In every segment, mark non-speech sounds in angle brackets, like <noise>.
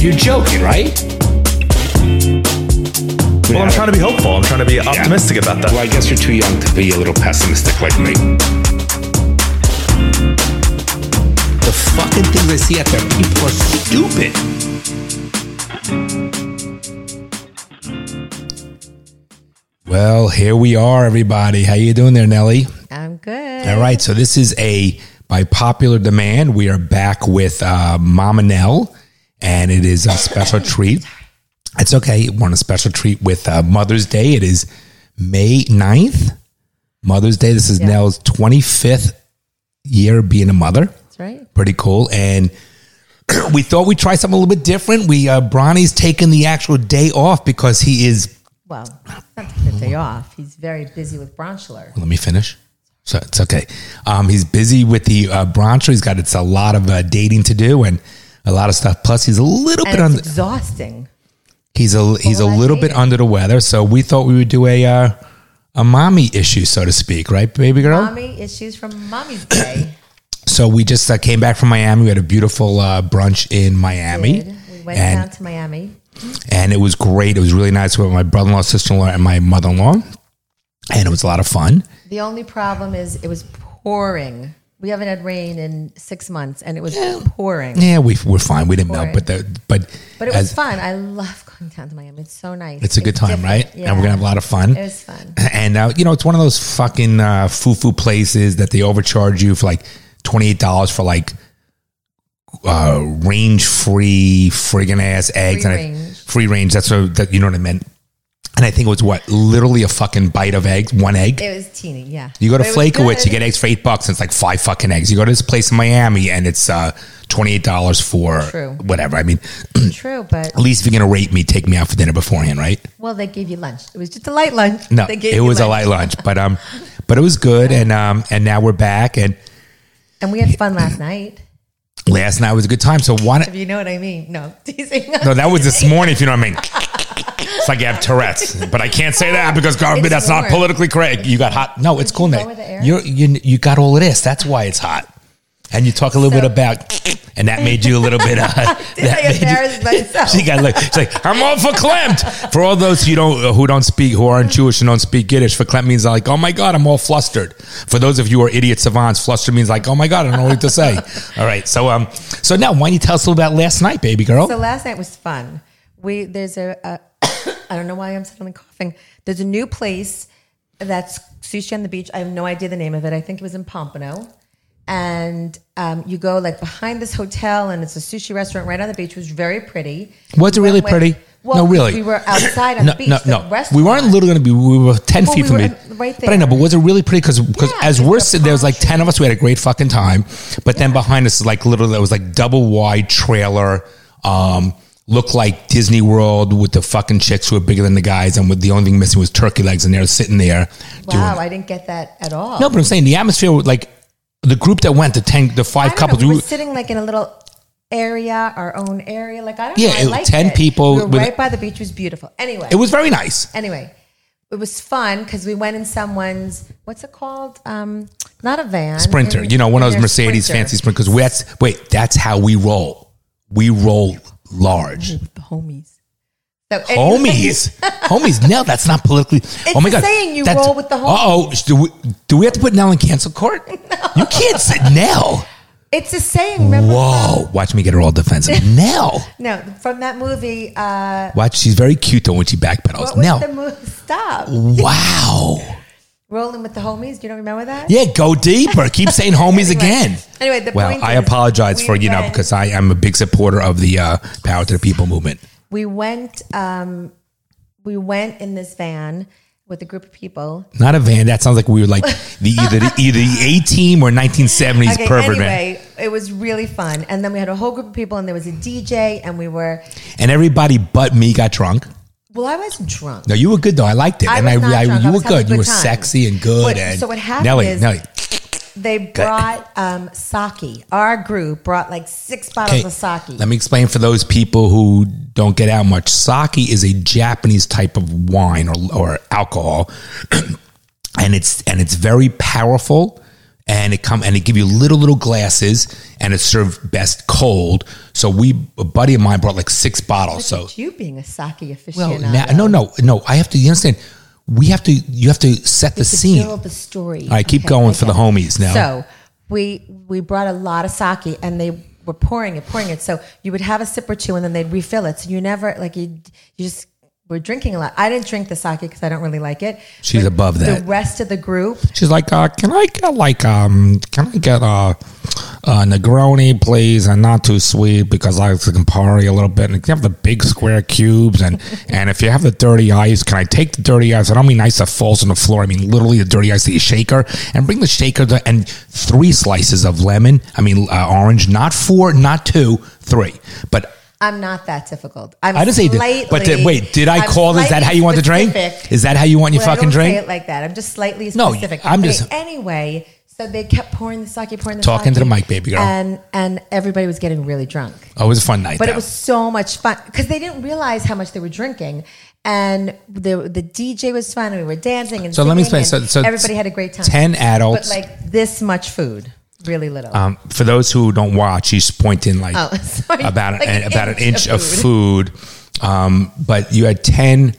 You're joking, right? Well, I'm trying to be hopeful. I'm trying to be optimistic about that. Well, I guess you're too young to be a little pessimistic like me. The fucking things I see out there, people are stupid. Well, here we are, everybody. How you doing there, Nelly? I'm good. All right, so this is a by popular demand. We are back with uh, Mama Nell, and it is a special treat. It's okay. We're on a special treat with uh, Mother's Day. It is May 9th, Mother's Day. This is Yeah. Nell's 25th year being a mother. That's right. Pretty cool. And <clears throat> we thought we'd try something a little bit different. We uh, Bronny's taking the actual day off because he is Well, it's not taking a day off. He's very busy with Bronchler. Let me finish. So it's okay. Um, he's busy with the uh, Broncho. He's got it's a lot of uh, dating to do and a lot of stuff. Plus, he's a little And bit on. it's exhausting. he's a he's a full-on little bit dating. under the weather. So we thought we would do a uh, a mommy issue, so to speak, right, baby girl? Mommy issues from <coughs> Mommy's Day. So we just uh, came back from Miami. We had a beautiful uh, brunch in Miami. We went and down to Miami. and it was great. It was really nice with my brother in law, sister in law, and my mother in law, and it was a lot of fun. The only problem is it was pouring. We haven't had rain in six months, and it was pouring. Yeah, we we're fine. We didn't know, Boring. but the but But it was as- fun. I love going down to Miami. It's so nice. It's a good time, different. right? Yeah. And we're gonna have a lot of fun. It was fun. <clears throat> And uh, you know, it's one of those fucking uh, foo-foo places that they overcharge you for like twenty-eight dollars for like uh, range-free friggin' ass eggs Free and I, range. free range. That's what that you know what I meant. And I think it was what literally a fucking bite of eggs, one egg. It was teeny, yeah. you go to But it was Flakowitz, you good. get eggs for eight bucks, and it's like five fucking eggs. You go to this place in Miami, and it's uh, twenty-eight dollars for True. whatever. I mean, True, but at least if you're gonna rate me, take me out for dinner beforehand, right? well, they gave you lunch. It was just a light lunch. No, they gave it you was a lunch. light lunch, but um, but it was good, and um, and now we're back, and And we had fun last night. last night was a good time. So why? Not, If you know what I mean. No, <laughs> teasing. no, that <laughs> was this morning, if you know what I mean. It's like you have Tourette's, but I can't say that because God forbid It's that's not warm. politically correct. You got hot. No, it's cool, you Nick. lower the air? You're, you you got all of this. That's why it's hot. And you talk a little So- bit about, and that made you a little bit. Uh, <laughs> Did that I embarrass <laughs> myself? She got like she's like I'm all for Klempt. For all those who don't who don't speak who aren't Jewish and don't speak Yiddish, for Klempt means like oh my god I'm all flustered. For those of you who are idiot savants, flustered means like oh my god I don't know what to say. all right, so um, so now why don't you tell us a little about last night, baby girl? So last night was fun. We there's a, a <coughs> I don't know why I'm suddenly coughing. There's a new place that's sushi on the beach. I have no idea the name of it. I think it was in Pompano, and um, you go like behind this hotel, and it's a sushi restaurant right on the beach. It was very pretty. Was it We really went- pretty? Well, no, really. We were outside <coughs> on no, the beach. no, the no. restaurant- We weren't literally going to be. We were ten Well, feet we from were it, right But I know. there. But was it really pretty? Because Yeah, as it's we're the sitting, there was like ten of us. We had a great fucking time. But then behind us is like literally there was like double wide trailer. Um, looked like Disney World with the fucking chicks who were bigger than the guys, and with the only thing missing was turkey legs, and they're sitting there doing. Wow, I didn't get that at all. No, but I'm saying the atmosphere, was like the group that went, the ten, the I five don't know, couples. we we- were sitting like in a little area, our own area. Like I don't Yeah, know. I it- liked 10 it. people We were with- right by the beach. It was beautiful. Anyway, it was very nice. anyway, it was fun because we went in someone's what's it called? Um, not a van, Sprinter. in- You know, one of in those their Mercedes Sprinter. fancy sprinters. We that's wait, that's how we roll. We roll large. with the homies. So anyway, Homies, <laughs> homies. No, that's not politically. oh my god, saying you roll with the homies. Oh, do we, do we have to put Nell in cancel <laughs> court? You can't say Nell. it's a saying. Remember? Whoa, watch me get her all <laughs> defensive. Nell, from- no, from that movie. Uh, watch. She's very cute though when she backpedals. what was the Nell, movie? Stop. <laughs> wow. Rolling with the homies. Do you don't remember that? Yeah, go deeper. Keep saying homies <laughs> Anyway. again. Anyway, the well, point I is, apologize we for you know went- because I am a big supporter of the uh, power to the people movement. we went um we went in this van with a group of people Not a van. That sounds like we were <laughs> like the either the, either the A team or 1970s pervert man. anyway it was really fun and then we had a whole group of people and there was a dj and we were And everybody but me got drunk. well i wasn't drunk No, you were good though. I liked it. I and was not drunk. you I were was having a good. You good were time. sexy and good. What- and so what happened Nelly, is- Nelly, they brought um sake our group brought like six bottles okay, of sake let me explain for those people who don't get out much. Sake is a Japanese type of <clears throat> wine or, or alcohol, and it's and it's very powerful and it come and they give you little little glasses, and it's served best cold. So we, a buddy of mine, brought like six bottles. So It's you being a sake aficionado. well, now, no, no, no. I have to you understand. We have to. You have to set the to scene. build the story. All right, keep going for the homies now. So we we brought a lot of sake, and they were pouring it, pouring it. So you would have a sip or two, and then they'd refill it. So you never like you you just were drinking a lot. I didn't drink the sake because I don't really like it. She's above The that. rest of the group, She's like, uh, can I get like, um, can I get a, a Negroni, please, and not too sweet because I like the Campari a little bit. And can you have the big square cubes, <laughs> and and if you have the dirty ice, can I take the dirty ice? I don't mean ice that falls on the floor. I mean literally the dirty ice that you shaker, and bring the shaker to, and three slices of lemon. I mean uh, orange, not four, not two, three, but. I'm not that difficult. I'm I didn't say, slightly, did, but did, wait, did I I'm call? Is that slightly how you want to drink? specific. Is that how you want your Well, I fucking don't say drink? it like that. I'm just slightly No, specific. I'm Okay, just- anyway. So they kept pouring the sake, pouring the Talking sake, to the mic, baby girl. and and everybody was getting really drunk. Oh, it was a fun night. But though. it was so much fun because they didn't realize how much they were drinking, and the the DJ was fun, and we were dancing. And So let me singing, explain. and So- so everybody had a great time. 10 but adults. like this much food, really little. um, for those who don't watch, he's pointing like <laughs> Oh, <laughs> sorry. about Like an, about an inch of food. Um, but you had ten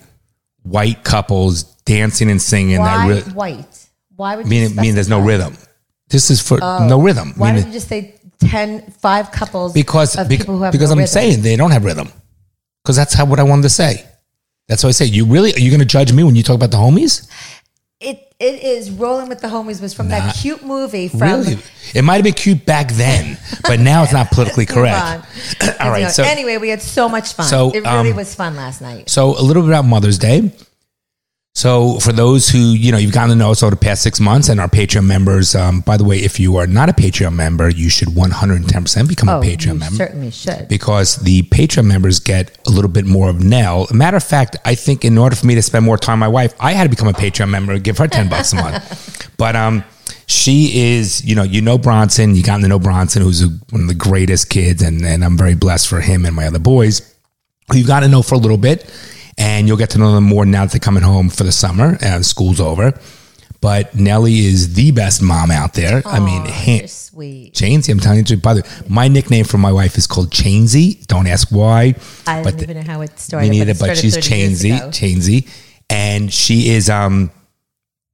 white couples dancing and singing. That Why really, white? Why would you mean mean there's no specify? rhythm. This is for no rhythm. Oh. Why Mean don't you just say 10, five couples? because of bec- people who have because no I'm rhythm? saying they don't have rhythm. Because that's how what I wanted to say. That's why I say you really are you going to judge me when you talk about the homies? it. It is rolling with the homies was from that cute movie from. really, it might have been cute back then, but now it's not <laughs> politically correct. Come <clears throat> on. All right, so- anyway, we had so much fun. So, it really um, was fun last night. So a little bit about Mother's Day. So for those who you know you've gotten to know us over the past six months and our Patreon members, um, by the way, if you are not a Patreon member, you should one hundred and ten percent become a Oh, you Patreon member certainly should. because the Patreon members get a little bit more of Nell. Matter of fact, I think in order for me to spend more time with my wife, I had to become a Patreon member and give her 10 bucks a month. But um, she is, you know, you know Bronson, you gotten to know Bronson, who's a, one of the greatest kids, and, and I'm very blessed for him and my other boys. Who You've got to know for a little bit, and you'll get to know them more now that they're coming home for the summer and school's over. But Nellie is the best mom out there. I mean, hand, You're sweet. Chainsy, I'm telling you, the truth. by the way, my nickname for my wife is called Chainsy. Don't ask why. I but don't even know how it we started. need but it, it, but started she's 30 years Chainsy, ago. Chainsy, and she is. Um,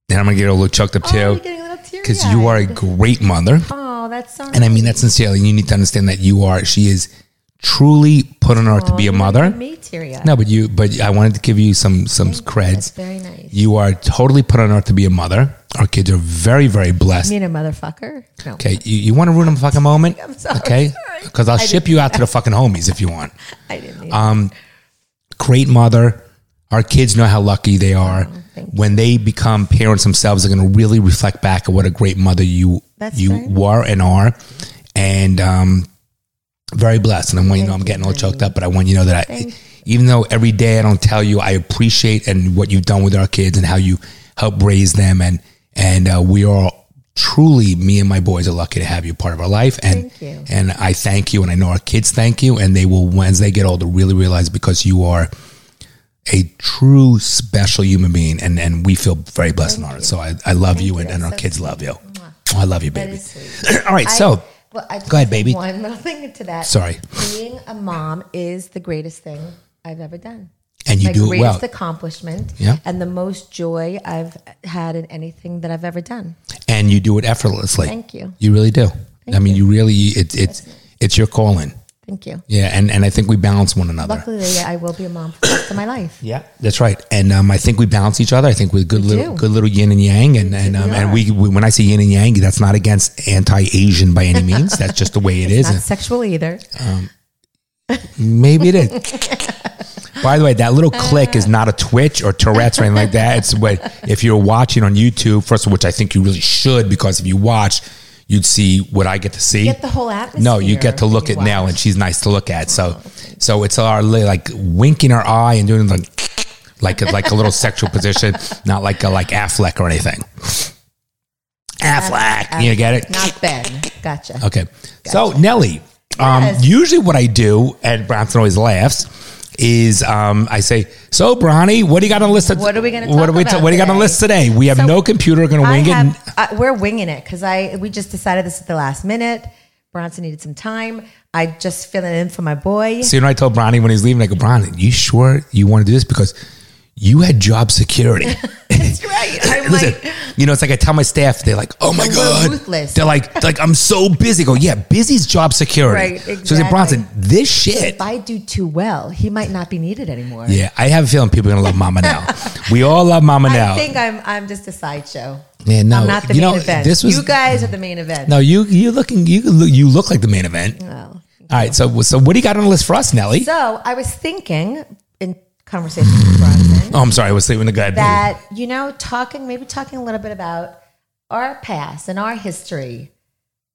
and I'm gonna get a little choked up Oh, you're too, getting a little because you are a teary-eyed. great mother, Oh, that's so. and I mean that sincerely. You need to understand that you are. She is truly put on earth to be a mother. Me teary No, but you. But I wanted to give you some some That's creds. very nice. You You are totally put on earth to be a mother. Our kids are very very blessed. mean a motherfucker? No. Okay, you, you want to ruin a fucking moment? <laughs> I'm sorry, Okay, sorry. because I'll I ship didn't you out to the fucking homies if you want. I didn't. Mean Um, Great mother. Our kids know how lucky they are. Oh, thank you. when they become parents themselves, they're going to really reflect back at what a great mother you That's you very nice. were and are, and um, very blessed. And I want you to know I'm Thank getting you, all choked up, but I want you to know that I, Thank even though every day I don't tell you, I appreciate and what you've done with our kids and how you help raise them, and and uh, we are truly me and my boys are lucky to have you part of our life, and Thank you. and I thank you, and I know our kids thank you, and they will once they get older really realize because you are a true special human being and and we feel very blessed and honored so i, I love you, and, you. and our That's kids so love you Mwah. Oh, i love you that baby is <clears throat> sweet. all right so I- well, I just Go ahead, have baby. One little thing to that. Sorry. Being a mom is the greatest thing I've ever done. and you My do it greatest well accomplishment Yeah. and the most joy I've had in anything that I've ever done. and you do it effortlessly Thank you. you really do i mean you really it, it's it's your calling Thank you. yeah and and i think we balance one another Luckily, I will be a mom for the rest of my life. yeah, that's right, and um, I think we balance each other. I think we're good little, do. good little yin and yang, and and um, and we, we when I say yin and yang, that's not against anti-Asian by any <laughs> means. That's just the way it is. Not And- sexual either. Maybe it <laughs> is. By the way, that little click is not a twitch or Tourette's or anything like that. It's what if you're watching on YouTube, first of which I think you really should, because if you watch, you'd see what I get to see. Get the whole atmosphere. no, you get to when look you at now, watch. and she's nice to look at. So, so it's our li- like winking her eye and doing like like a, like a <laughs> little sexual position, not like a like Affleck or anything. Affleck, you get it? Not Ben. Gotcha. Okay. So Nelly, um, Yes. usually what I do, and Bronson always laughs, is um, I say, so Bronny, what do you got on the list? of- What are we gonna What talk are we? about what do you got on the today? list today? We have So no computer. We're gonna I wing it. have, uh, we're winging it because I we just decided this at the last minute. Bronson needed some time. I just filled it in for my boy. So you know, I told Bronny when he's leaving, I go, Bronny, you sure you want to do this? Because you had job security. <laughs> That's right. I'm Listen, like, you know, it's like I tell my staff, they're like, oh my We're God. ruthless. They're like, they're like, I'm so busy. I go, yeah, busy's job security. Right, So I said, exactly. Bronson, this shit. if I do too well, he might not be needed anymore. Yeah, I have a feeling people are gonna love Mama now. we all love Mama I now. think I'm I'm just a sideshow. Yeah, no, I'm not the you main know, event. this was- you guys are the main event. no, you you looking you look, you look like the main event. Well, All right, so so what do you got on the list for us, Nelly? So I was thinking in conversation with Bronson Oh, I'm sorry, I was sleeping the guy. that you know talking maybe talking a little bit about our past and our history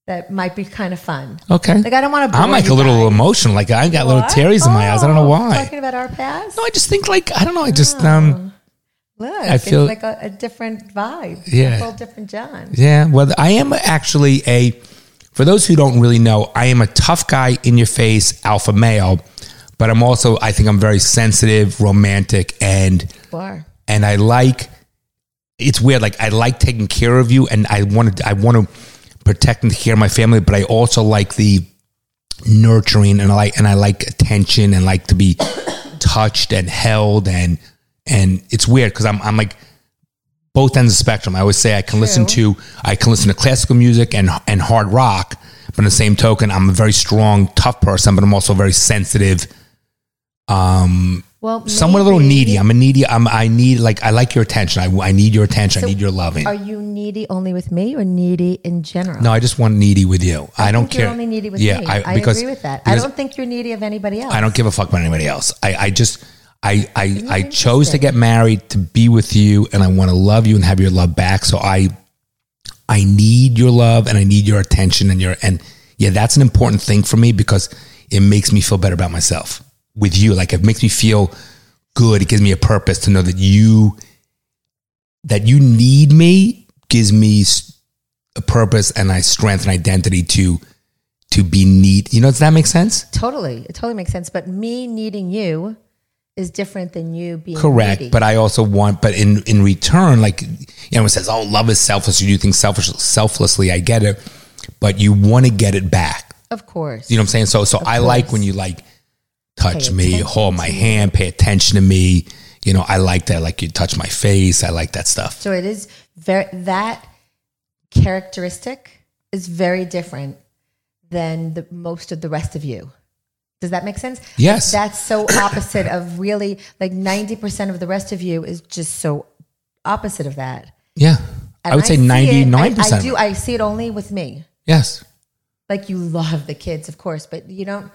that might be kind of fun. okay, Like I don't want to. I'm like a little emotional. Like I got little tears in my eyes. I don't Oh, know why. Talking about our past. No, I just think like I don't know. I just um Look, I feel- it's like a, a different vibe. Yeah. a whole different John. yeah. Well, I am actually a. For those who don't really know, I am a tough guy in your face, alpha male, but I'm also I think I'm very sensitive, romantic, and Bar. and I like it's weird. Like I like taking care of you, and I want to I want to protect and take care of my family, but I also like the nurturing and I like and I like attention and like to be touched and held and and it's weird because I'm I'm like both ends of the spectrum. I always say I can listen to I can listen to classical music and and hard rock, but in the same token, I'm a very strong, tough person, but I'm also very sensitive Well, somewhat a little maybe- needy. I'm a needy. I'm, I need like I like your attention. I, I need your attention. I need your loving. Are you needy only with me, or needy in general? no, I just want needy with you. I, don't think you're care. only needy with yeah, me. I, I, because, agree with that. I because don't think you're needy of anybody else. I don't give a fuck about anybody else. I, I just I I, I chose to get married to be with you, and I want to love you and have your love back. So I I need your love and I need your attention and your and yeah, that's an important thing for me because it makes me feel better about myself with you. Like it makes me feel good. It gives me a purpose to know that you that you need me gives me s- a purpose and I strength and identity to to be neat. You know, does that make sense? Totally, it totally makes sense. But me needing you is different than you being Correct, needy. but I also want, but in in return, like you know, it says, "Oh, love is selfless." You do things selfish, selflessly. I get it, but you want to get it back. of course, You know what I'm saying? So, so I like when you like touch Pay me, attention hold my hand, pay attention to me. You know, I like that. Like you touch my face, I like that stuff. so it is very that characteristic is very different than the most of the rest of you. Does that make sense? Yes. That's so opposite of really like ninety percent of the rest of you is just so opposite of that. Yeah, And I would say see it- I- ninety nine I do. percent. I see it only with me. Yes, Like you love the kids, of course, but you don't.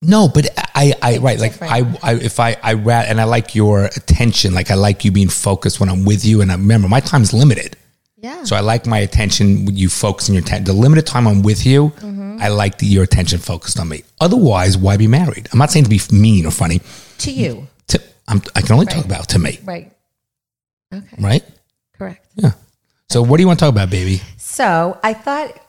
No, but I, I right, like I, different. I, if I, I rat, and I like your attention. Like I like you being focused when I'm with you. And I remember my time's limited, Yeah. so I like my attention. when You focus on your attention. The limited time I'm with you, Mm-hmm. I like the, your attention focused on me. Otherwise, why be married? I'm not saying to be mean or funny. to you, To, I'm, I can only talk about to me, right? Okay. right? Correct. Yeah. So what do you want to talk about, baby? So I thought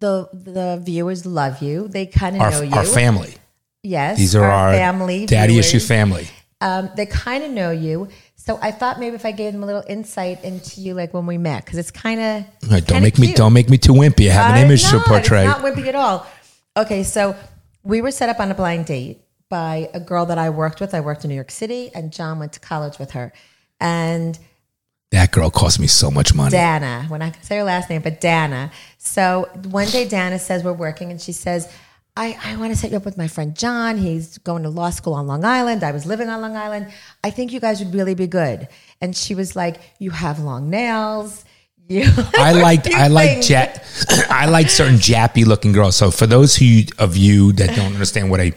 the the viewers love you. They kind of Our, know you. our family. yes. These are our, family. daddy viewers. issue family. Um, they kind of know you. So I thought maybe if I gave them a little insight into you, like when we met, because it's kind of All right, don't make me don't make me too wimpy. I have an I'm image to not. portray. Uh, It's not wimpy at all. Okay, so we were set up on a blind date by a girl that I worked with. I worked in New York City, and John went to college with her. And that girl cost me so much money. Dana, we're not going to say her last name, but Dana. So one day Dana says we're working, and she says, I, I want to set you up with my friend John. He's going to law school on Long Island. I was living on Long Island. I think you guys would really be good. And she was like, You have long nails. You <laughs> I liked I like things. ja- <clears throat> I like certain jappy looking girls. So for those who of you that don't understand what a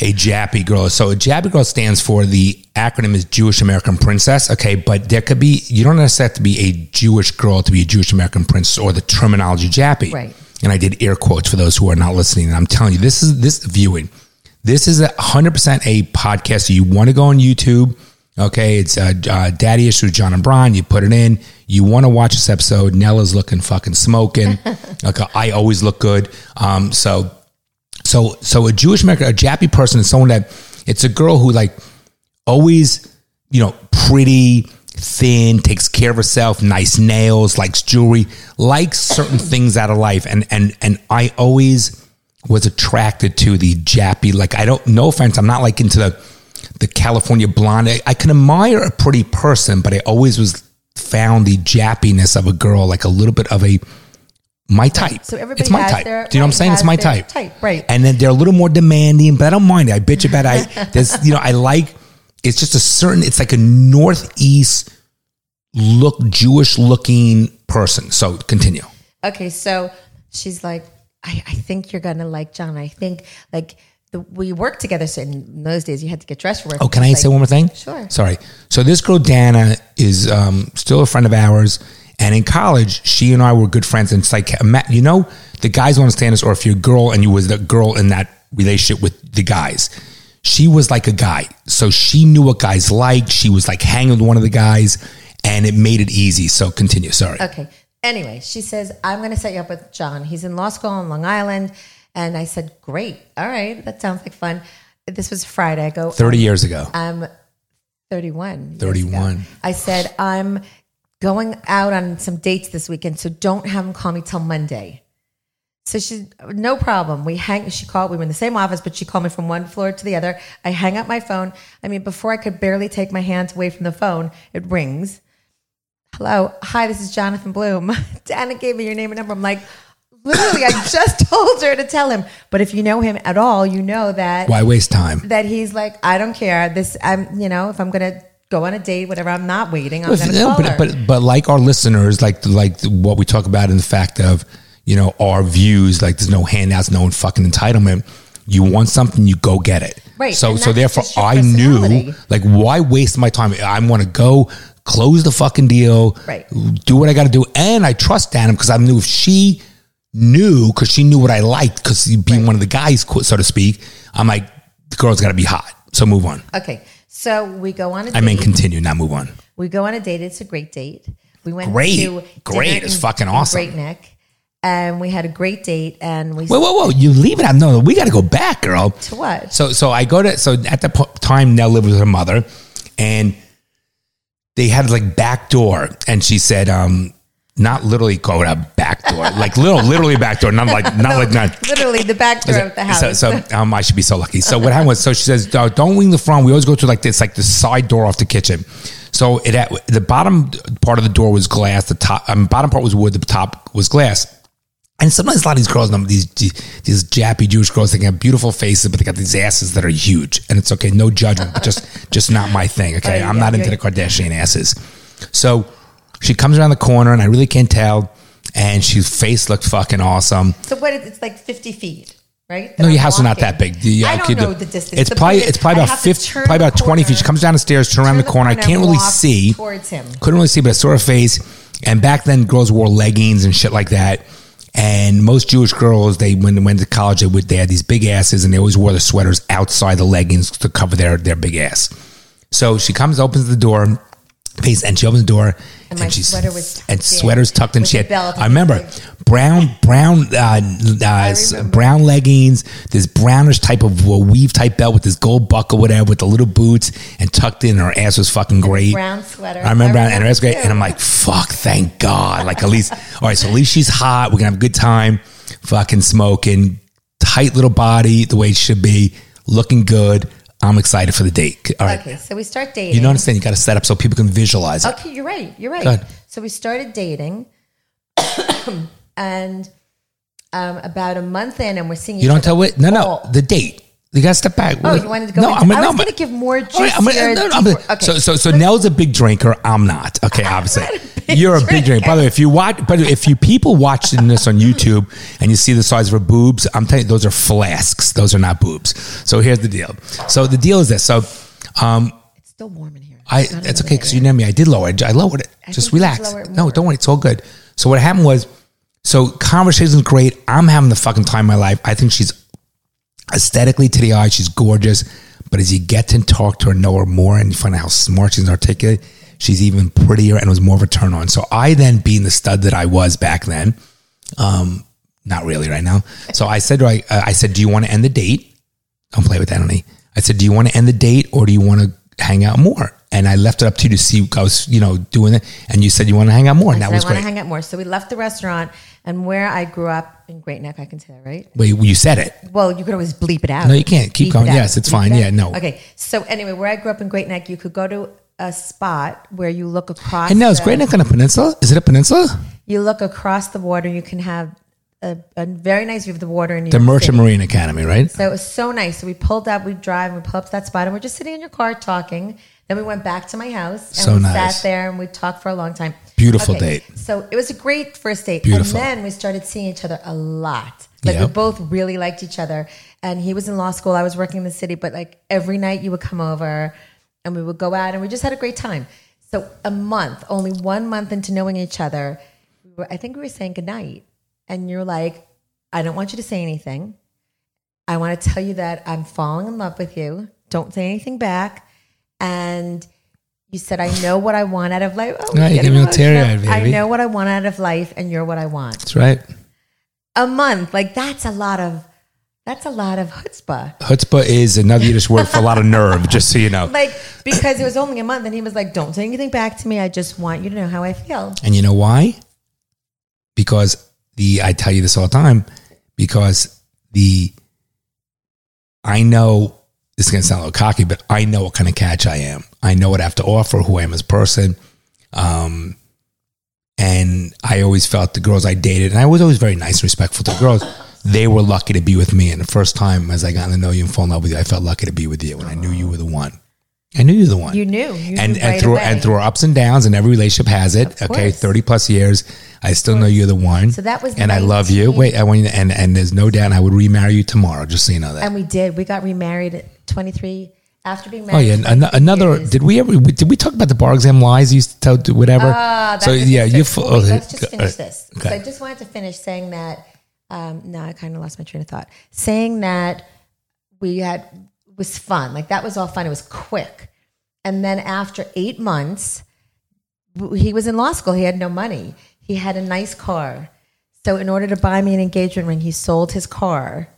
a jappy girl is, so a jappy girl stands for the acronym is Jewish American Princess. Okay, but there could be you don't necessarily have to be a Jewish girl to be a Jewish American princess or the terminology jappy. Right. And I did air quotes for those who are not listening. And I'm telling you, this is this viewing. This is a hundred percent a podcast. You want to go on YouTube. Okay, it's uh, uh, Daddy Issues with John and Brian. You put it in. You want to watch this episode. Nella's looking fucking smoking. okay, I always look good. Um, so so so a Jewish American, a Jappy person is someone that It's a girl who like always, you know, pretty, thin, takes care of herself, nice nails, likes jewelry, likes certain things out of life. And and and I always was attracted to the jappy, like I don't no offense, I'm not like into the the California blonde. I, I can admire a pretty person, but I always was found the jappiness of a girl, like a little bit of a my type. So everybody it's my has type. their- Do you know what I'm right, saying? It's has my their type. type, right. And then they're a little more demanding, but I don't mind it. I bitch about it. I there's you know, I like it's just a certain it's like a northeast look Jewish looking person. So continue. Okay, so she's like, I, I think you're gonna like John. I think like the, we worked together. So in those days, you had to get dressed for work. Oh, can I It's say like- one more thing? Sure. Sorry. So this girl Dana is um, still a friend of ours, and in college, she and I were good friends. And it's like, Matt, you know, the guys will understand this. Or if you're a girl and you was the girl in that relationship with the guys, she was like a guy, so she knew what guys liked. She was like hanging with one of the guys, and it made it easy. So continue. Sorry. Okay. Anyway, she says, I'm going to set you up with John. He's in law school on Long Island. And I said, Great. All right. That sounds like fun. This was Friday. I go, Thirty years ago. I'm 31. years 31. ago. I said, I'm going out on some dates this weekend. So don't have him call me till Monday. So she, no problem. We hang, she called, we were in the same office, but she called me from one floor to the other. I hang up my phone. I mean, before I could barely take my hands away from the phone, it rings. Hello. Hi, this is Jonathan Bloom. <laughs> Dana gave me your name and number. I'm like, literally, I just <laughs> told her to tell him. But if you know him at all, you know that Why waste time? that he's like, I don't care. This, I'm, you know, if I'm gonna go on a date, whatever, I'm not waiting. I'm gonna No, call her. but, but but like our listeners, like like what we talk about in the fact of you know our views, like there's no handouts, no fucking entitlement. You want something, you go get it. Right, So and so that's therefore, just your I knew personality. like why waste my time? I want to go close the fucking deal, Right. Do what I got to do, and I trust Adam because I knew if she knew because she knew what I liked because being one of the guys, quote, so to speak, I'm like the girl's got to be hot. So move on. okay, so we go on a date. I mean, continue, not move on. we go on a date. It's a great date. We went Great. to Great. dinner It's in- fucking in awesome. Great Neck, and we had a great date. And we Whoa, whoa, whoa! You leave it? I'm no. no, We got to go back, girl. to what? So, so I go to. So at the po- time, Nell lived with her mother, and they had like back door, and she said, um, not literally quote a back door, like little, literally back door, not like, not like not. Literally the back door of the house. So, so um, I should be so lucky. So what happened was, so she says, "Uh, don't wing the front. We always go to like this, like the side door off the kitchen. So it had, the bottom part of the door was glass. The top, um, bottom part was wood. The top was glass. And sometimes a lot of these girls, these these jappy Jewish girls, they got beautiful faces, but they got these asses that are huge. And it's okay, no judgment, but just just not my thing. Okay, Right, I'm yeah, not into the yeah. Kardashian asses. So she comes around the corner, and I really can't tell. And she's face looked fucking awesome. So what? Is, it's like fifty feet, right? No, That your I'm house is not walking. that big. uh, The- yeah, I don't okay, know the distance. It's The probably point it's probably is I about have to 50, turn probably about the twenty feet. corner- She comes down the stairs, turn around turn the corner. I can't really walk see. towards him. Couldn't really see, but I saw her face. And back then, girls wore leggings and shit like that. And most Jewish girls, they when they went to college, they would they had these big asses, and they always wore the sweaters outside the leggings to cover their their big ass. So she comes, opens the door, face, and she opens the door, and, my she's sweater was tucked and in sweaters tucked in. with She the had, belt on I the remember legs. brown brown uh, uh, s- remember. brown leggings, this brownish type of uh, weave type belt with this gold buckle, whatever, with the little boots, and tucked in. Her ass was fucking great. brown sweater. I remember, I and her ass was great. And remember I'm like, fuck, thank God. Like at least, <laughs> all right, so at least she's hot. We're gonna have a good time, fucking smoking, tight little body, the way it should be, looking good. I'm excited for the date. All right, Okay, so we start dating. you don't understand. You got to set up so people can visualize it. Okay, you're right. You're right. ahead. So we started dating, <coughs> and um, about a month in, and we're seeing. You don't tell what? No, no, Oh. the date. You got to step back. Oh, you wanted to go. No, into- I'm gonna, I no, was I'm- going to give more juice. All right, I'm gonna- no, no, I'm gonna- okay. So, so, so Nell's a big drinker. I'm not. <laughs> Okay, obviously, you're a big drinker. By the way, if you watch, but if you people watching this on YouTube and you see the size of her boobs, I'm telling you, those are flasks. Those are not boobs. So here's the deal. So the deal is this. So it's still warm in here. I, It's not it's in okay there. because you know me. I did lower. it. I lowered it. I Just think you should relax. lower it No, more. don't worry. It's all good. So what happened was, so conversation's great. I'm having the fucking time of my life. I think she's aesthetically to the eye, she's gorgeous. But as you get to talk to her, know her more, and you find out how smart she's and articulate, she's even prettier and was more of a turn on. So I then, being the stud that I was back then, um, uh, not really right now. So I said, to her, I, I said, do you want to end the date? Don't play with that, honey. I said, "Do you want to end the date or do you want to hang out more?" And I left it up to you to see. I was, you know, doing it, and you said you want to hang out more, and that I was want to great. hang out more. So we left the restaurant and where I grew up in Great Neck, I can say that, right? Wait, you said it. Well, you could always bleep it out. No, you can't. Keep Bleep going. out. Yes, it's Bleep fine. it out. Yeah, no. Okay. So anyway, where I grew up in Great Neck, you could go to a spot where you look across. And no, it's the- Great Neck on a peninsula. Is it a peninsula? You look across the water. You can have a, a very nice view of the water. In New The York Merchant City. Marine Academy, right? So it was so nice. So we pulled up, we drive, we pull up to that spot, and we're just sitting in your car talking. Then we went back to my house and So we nice. sat there and we talked for a long time. Beautiful date. So it was a great first date. Beautiful. And then we started seeing each other a lot. Like we Yep. both really liked each other. And he was in law school, I was working in the city, but like every night you would come over and we would go out and we just had a great time. So a month, only one month into knowing each other, we were, I think we were saying goodnight. And you're like, I don't want you to say anything. I want to tell you that I'm falling in love with you. Don't say anything back. And you said, I know what I want out of life. Oh, Yeah, you getting gave me a emotional. teary-eyed, I baby. know what I want out of life, and you're what I want. That's right. A month, like that's a lot of, that's a lot of chutzpah. Chutzpah is another Yiddish word for a lot of nerve, just so you know. Like because it was only a month, and he was like, "Don't say anything back to me. I just want you to know how I feel." And you know why? Because the I tell you this all the time, because the I know this is gonna sound a little cocky, but I know what kind of catch I am. I know what I have to offer, who I am as a person. Um and I always felt the girls I dated, and I was always very nice and respectful to the girls. They were lucky to be with me. And the first time as I got to know you and fall in love with you, I felt lucky to be with you when I knew you were the one. I knew you were the one You knew, you and knew and right through away. and through our ups and downs, and every relationship has it. Of Okay, course. thirty plus years, I still know you're the one. So that was and I love you. 19. Wait, I want you to, and and there's no doubt I would remarry you tomorrow. Just so you know that. and we did. We got remarried at 23 after being Oh married. yeah, for an- 23 another. years. Did we ever? we- Did we talk about the bar exam lies you used to tell? do Whatever. Ah, that so was yeah, it. you. Wait, fu- oh, let's just okay. finish this. So I Okay. just wanted to finish saying that. Um, no, I kind of lost my train of thought. Saying that we had was fun. Like that was all fun. It was quick. And then after eight months, w- he was in law school. He had no money. He had a nice car. So in order to buy me an engagement ring, he sold his car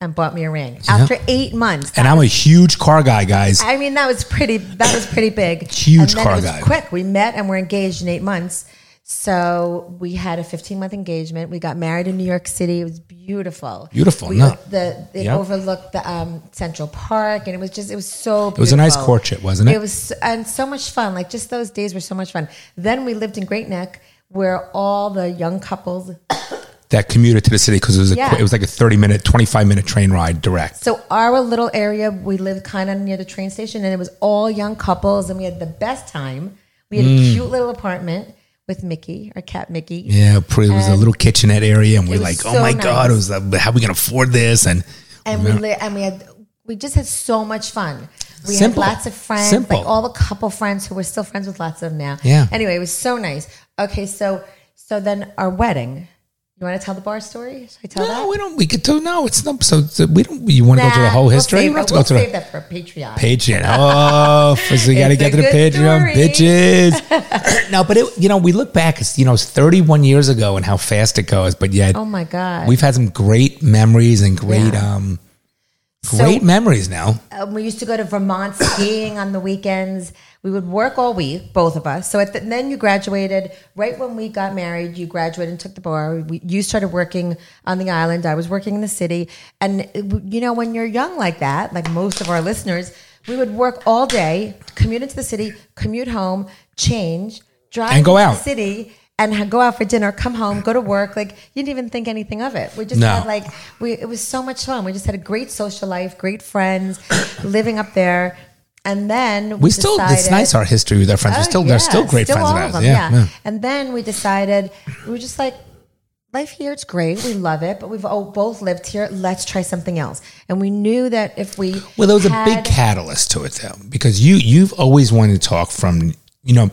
and bought me a ring. After eight months, And I'm a huge car guy, guys. I mean, that was pretty. That was pretty <laughs> big. Huge and then car it was guy. Quick. We met and we're engaged in eight months. So we had a 15 month engagement. We got married in New York City. It was beautiful. Beautiful, We, no. The it Yeah. overlooked the um, Central Park, and it was just it was so. Beautiful. was a nice courtship, wasn't it? It was and so much fun. Like just those days were so much fun. Then we lived in Great Neck, where all the young couples that commuted to the city because it was a, Yeah. qu- it was like a thirty minute, twenty five minute train ride direct. So our little area, we lived kind of near the train station, and it was all young couples, and we had the best time. We had a cute little apartment with Mickey, our cat Mickey. Mm. Yeah, pretty, it was a little kitchenette area, and we're was like, oh so my god, nice. it was like, how we gonna afford this? And and we li- and we had we just had so much fun. We Simple. had lots of friends, Simple. like all the couple friends who we're still friends with lots of them now. Yeah. Anyway, it was so nice. Okay, so so then our wedding. You want to tell the bar story? Should I tell that? No, we don't. We could do no. It's not. So, so we don't. You want to go through the Nah, whole we'll history? save we have it. to We'll go through save the that for Patreon. Patreon. Oh, <laughs> so you got to It's get to a the good Patreon, story. <laughs> bitches. no, but it, you know, we look back. It's you know, it's 31 years ago and how fast it goes. But yet, oh my god! we've had some great memories and great, Yeah. um, So- great memories. Now, Um, we used to go to Vermont skiing on the weekends. We would work all week, both of us. So at the, then you graduated right when we got married. You graduated and took the bar. We, you started working on the island. I was working in the city. And it w- you know, when you're young like that, like most of our listeners, we would work all day, commute into the city, commute home, change, drive And go into out. the city. And ha- go out for dinner, come home, go to work. Like you didn't even think anything of it. We just No. had like we it was so much fun. We just had a great social life, great friends, <coughs> living up there. And then we, we still. It's decided- nice our history with our friends. Oh, we're still, they're still yeah, great friends all of ours. them, yeah, yeah. And then we decided we were just like, life here, it's great, we love it, but we've all both lived here. Let's try something else. And we knew that if we Well, there was a big had- catalyst to it though, because you you've always wanted to talk from you know,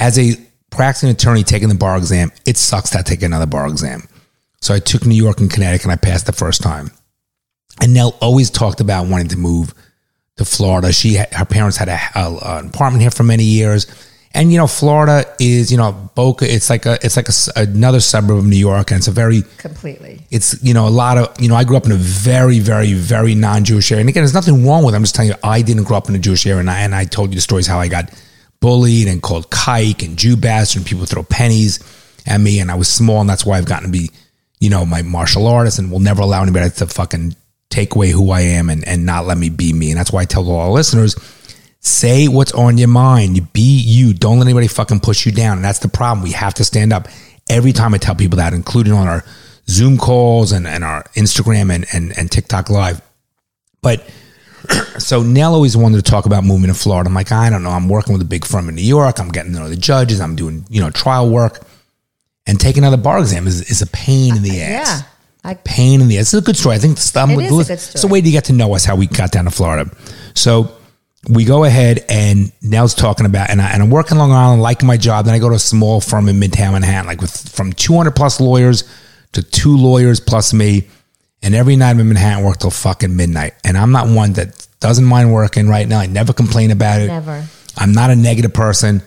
as a practicing attorney taking the bar exam, it sucks to take another bar exam. So I took New York and Connecticut, and I passed the first time. And Nell always talked about wanting to move to Florida. She had, her parents had a, a- an apartment here for many years, And you know, Florida is you know Boca. It's like a it's like a s another suburb of New York, and it's a very completely. it's you know a lot of you know I grew up in a very very very non-Jewish area, and again, there's nothing wrong with. It. I'm just telling you, I didn't grow up in a Jewish area, and I and I told you the stories how I got bullied and called kike and Jew bastard, and people throw pennies at me, and I was small, and that's why I've gotten to be you know my martial artist, and will never allow anybody to fucking take away who I am and and not let me be me, and that's why I tell all our listeners. Say what's on your mind. You Be you. Don't let anybody fucking push you down. And that's the problem. We have to stand up. Every time I tell people that, including on our Zoom calls and, and our Instagram and, and, and TikTok live. But <clears throat> so Nell always wanted to talk about moving to Florida. I'm like, I don't know. I'm working with a big firm in New York. I'm getting to know the judges. I'm doing, you know, trial work. And taking another bar exam is, is a pain in the Yeah. ass I, pain in the ass. It's a good story. I think it's, I'm It with is the a list- good It's a story. way to get to know us how we got down to Florida. So we go ahead and Nell's talking about, and, I, and I'm working Long Island, liking my job. Then I go to a small firm in Midtown Manhattan, like with from 200 plus lawyers to two lawyers plus me. And every night I'm in Manhattan, work till fucking midnight. And I'm not one that doesn't mind working right now. I never complain about it. Never. I'm not a negative person. And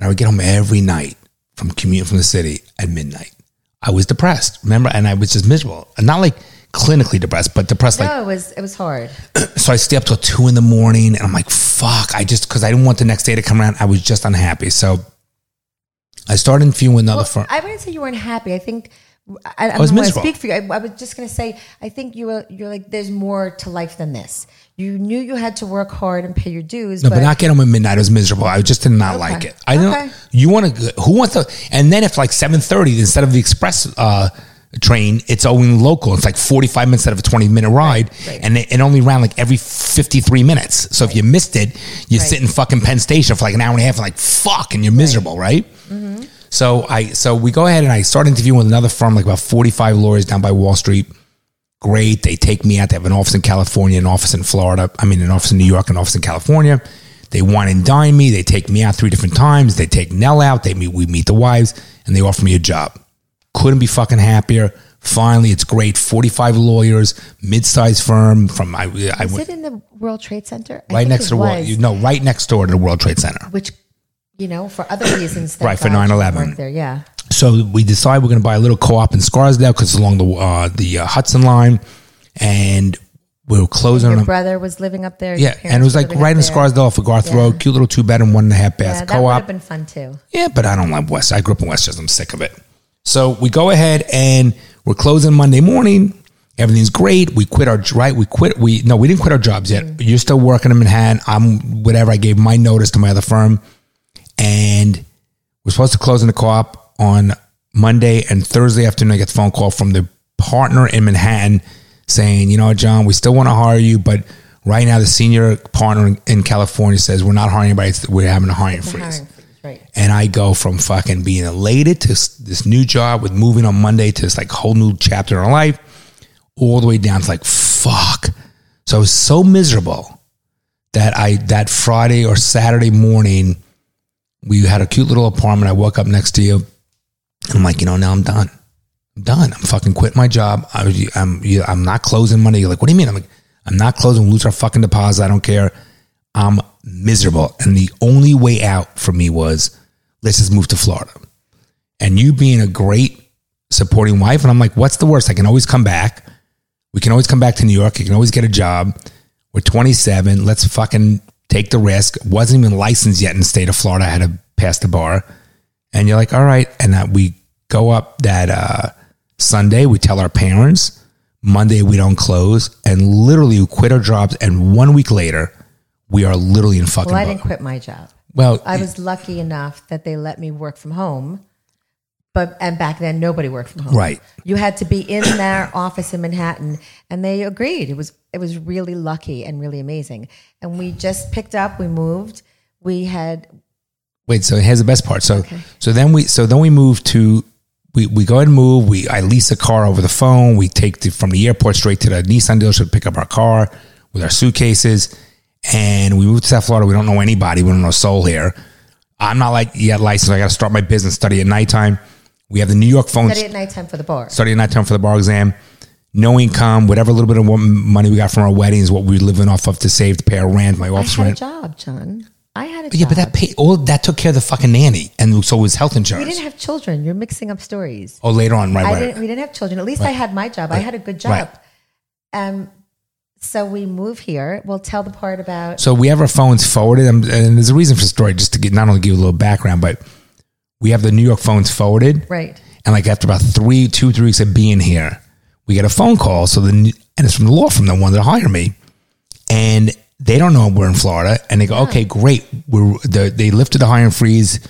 I would get home every night from commute from the city at midnight. I was depressed, remember? And I was just miserable. And not like clinically depressed, but depressed. Like, no, it was it was hard. so I stay up till two in the morning and I'm like, fuck, I just, cause I didn't want the next day to come around. I was just unhappy. So I started interviewing another Well, firm. I wouldn't say you weren't happy. I think I, I, was was do miserable. speak for you. I, I was just gonna say I think you were you're like there's more to life than this. You knew you had to work hard and pay your dues, No, but, but not get home at midnight. It was miserable. I just did not like it. I don't. Okay. You want to? Who wants to? And then if like seven thirty instead of the express uh, train, it's only local. It's like forty five minutes instead of a twenty minute ride, right. and it, it only ran like every fifty three minutes. So if you missed it, you sit in fucking Penn Station for like an hour and a half, and like fuck, and you're miserable, right? Mm-hmm. So I so we go ahead and I start interviewing with another firm, like about forty five lawyers down by Wall Street great. They take me out. They have an office in California, an office in Florida. I mean, an office in New York, an office in California. They wine and dine me. They take me out three different times. They take Nell out. They meet. We meet the wives, and they offer me a job. Couldn't be fucking happier. Finally, it's great. Forty-five lawyers, mid-sized firm from I. I was went it in the World Trade Center? I right think next it to the world. was, You know, right next door to the World Trade Center. which you know for other reasons. Right, for 9/11. 9/11. There, yeah. So we decide we're going to buy a little co-op in Scarsdale because it's along the uh, the uh, Hudson line, and we're closing. Your on- brother was living up there. your Yeah, and it parents was were like living right up in there. Scarsdale off of Garth Road, cute little two bedroom, one and a half bath Yeah, that would co-op. have been fun too. yeah, but I don't like West. I grew up in Westchester. I'm sick of it. So we go ahead and we're closing Monday morning. Everything's great. We quit our right. We quit. We no, we didn't quit our jobs yet. You're still working in Manhattan. I'm whatever. I gave my notice to my other firm, and we're supposed to close in the co-op on Monday and Thursday afternoon. I get the phone call from the partner in Manhattan saying, "You know, John, we still want to hire you, but right now the senior partner in- in California says we're not hiring anybody. It's- We're having a hiring freeze." Hiring freeze, Right. and I go from fucking being elated to s- this new job with moving on Monday to this like whole new chapter in our life, all the way down to like fuck. So I was so miserable that I that Friday or Saturday morning, we had a cute little apartment. I woke up next to you. I'm like, you know, now I'm done. I'm done. I'm fucking quit my job. I, was- I'm you- I'm not closing Monday. You're like, what do you mean? I'm like, I'm not closing. We'll lose our fucking deposit. I don't care. I'm miserable. And the only way out for me was let's just move to Florida. And you being a great supporting wife, and I'm like, what's the worst? I can always come back. We can always come back to New York. You can always get a job. We're 27. Let's fucking take the risk. Wasn't even licensed yet in the state of Florida. I had to pass the bar. And you're like, all right. And uh, we go up that uh, Sunday. We tell our parents. Monday, we don't close. And literally, we quit our jobs. And one week later, we are literally in fucking. Well, I Bo- didn't quit my job. well, I was lucky enough that they let me work from home. But and back then nobody worked from home. Right. You had to be in their office in Manhattan and they agreed. It was it was really lucky and really amazing. And we just picked up, we moved. We had Wait, so here's the best part. So so then we so then we move to we, we go ahead and move. We I lease a car over the phone. We take the, from the airport straight to the Nissan dealership, pick up our car with our suitcases, and we move to South Florida. We don't know anybody. We don't know a soul here. I'm not like yet licensed. I got to start my business, study at nighttime. We have the New York phone study at nighttime for the bar. study at nighttime for the bar exam. No income, whatever little bit of what money we got from our weddings, what we were living off of to save to pay our rent, my I office had a rent. job, John. I had a Yeah, but job. that paid all that took care of the fucking nanny, and so was health we insurance. didn't have children. You're mixing up stories. oh, later on, right, I right. didn't. We didn't have children. At least I Right. had my job. I Right. had a good job. Right. Um, so we move here. We'll tell the part about So we have our phones forwarded, and, and there's a reason for the story, just to get, not only give a little background, but we have the New York phones forwarded, right. and like after about three, two, three weeks of being here, we get a phone call. So then, and it's from the law firm, the one that hired me, and they don't know we're in Florida, and they go, "Okay, great, we're the, they lifted the hiring freeze.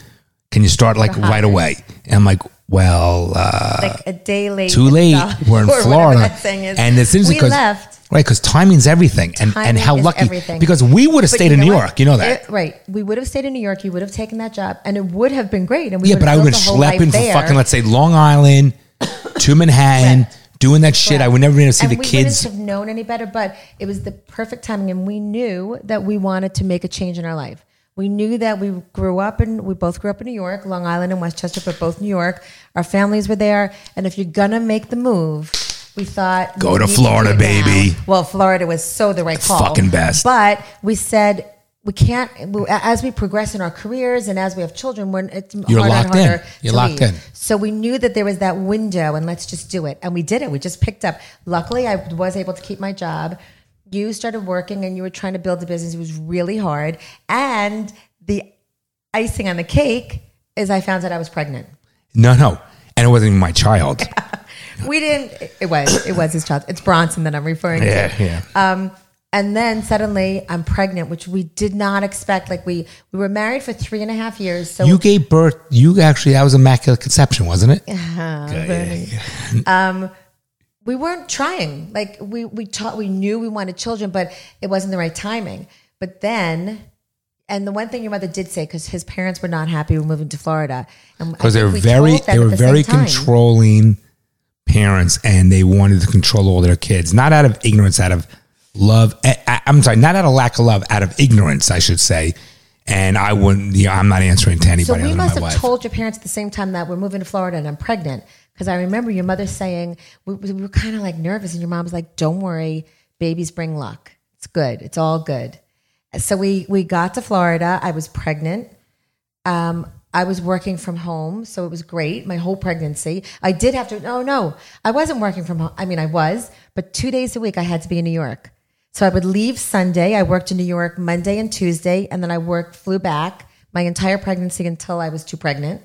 Can you start like right away?" And I'm like, "Well, uh, Like a day late. too late. <laughs> We're in or whatever Florida, that thing is. and it's interesting we because left. right because timing's everything, and and Timing how is lucky everything. because we would have But stayed you in know New what? York, you know that. It- right. We would have stayed in New York. You would have taken that job, and it would have been great. And we yeah, but I would would have built been a whole life schlepping from there. fucking let's say Long Island to Manhattan, doing that shit. I would never be able to see and the we kids. wouldn't have known any better, but it was the perfect timing, and we knew that we wanted to make a change in our life. We knew that we grew up in, we both grew up in New York, Long Island and Westchester, but both New York. Our families were there, and if you're gonna make the move, we thought Go we to need do Florida, it now. baby. Well, Florida was so the right call, fucking best. But we said we can't. As we progress in our careers and as we have children, we're it's You're harder and locked in. harder You're to locked leave. in. So we knew that there was that window, and let's just do it. And we did it. We just picked up. Luckily, I was able to keep my job. You started working, and you were trying to build a business. It was really hard. And the icing on the cake is I found out I was pregnant. No, no, and it wasn't even my <laughs> child. We didn't. It was. It was his child. It's Bronson that I'm referring to. yeah, yeah. and then suddenly I'm pregnant, which we did not expect. Like we we were married for three and a half years, so you gave birth. You actually that was immaculate conception, wasn't it? Okay, yeah, yeah. Uh, <laughs> Um, we weren't trying. Like we we taught, we knew we wanted children, but it wasn't the right timing. But then, and the one thing your mother did say, because his parents were not happy with moving to Florida, because they were very they were very controlling parents and they wanted to control all their kids not out of ignorance out of love I, I- i'm sorry not out of lack of love out of ignorance i should say and i wouldn't you know, i'm not answering to So anybody we other must than my have wife told your parents at the same time that we're moving to Florida and I'm pregnant. Because I remember your mother saying we, we were kind of like nervous, and your mom was like, "Don't worry, babies bring luck. It's good. It's all good." So we we got to Florida. I was pregnant. Um, I was working from home, so it was great. My whole pregnancy, I did have to. No, no, I wasn't working from home. I mean, I was, but two days a week I had to be in New York. So I would leave Sunday. I worked in New York Monday and Tuesday, and then I worked, flew back my entire pregnancy until I was too pregnant,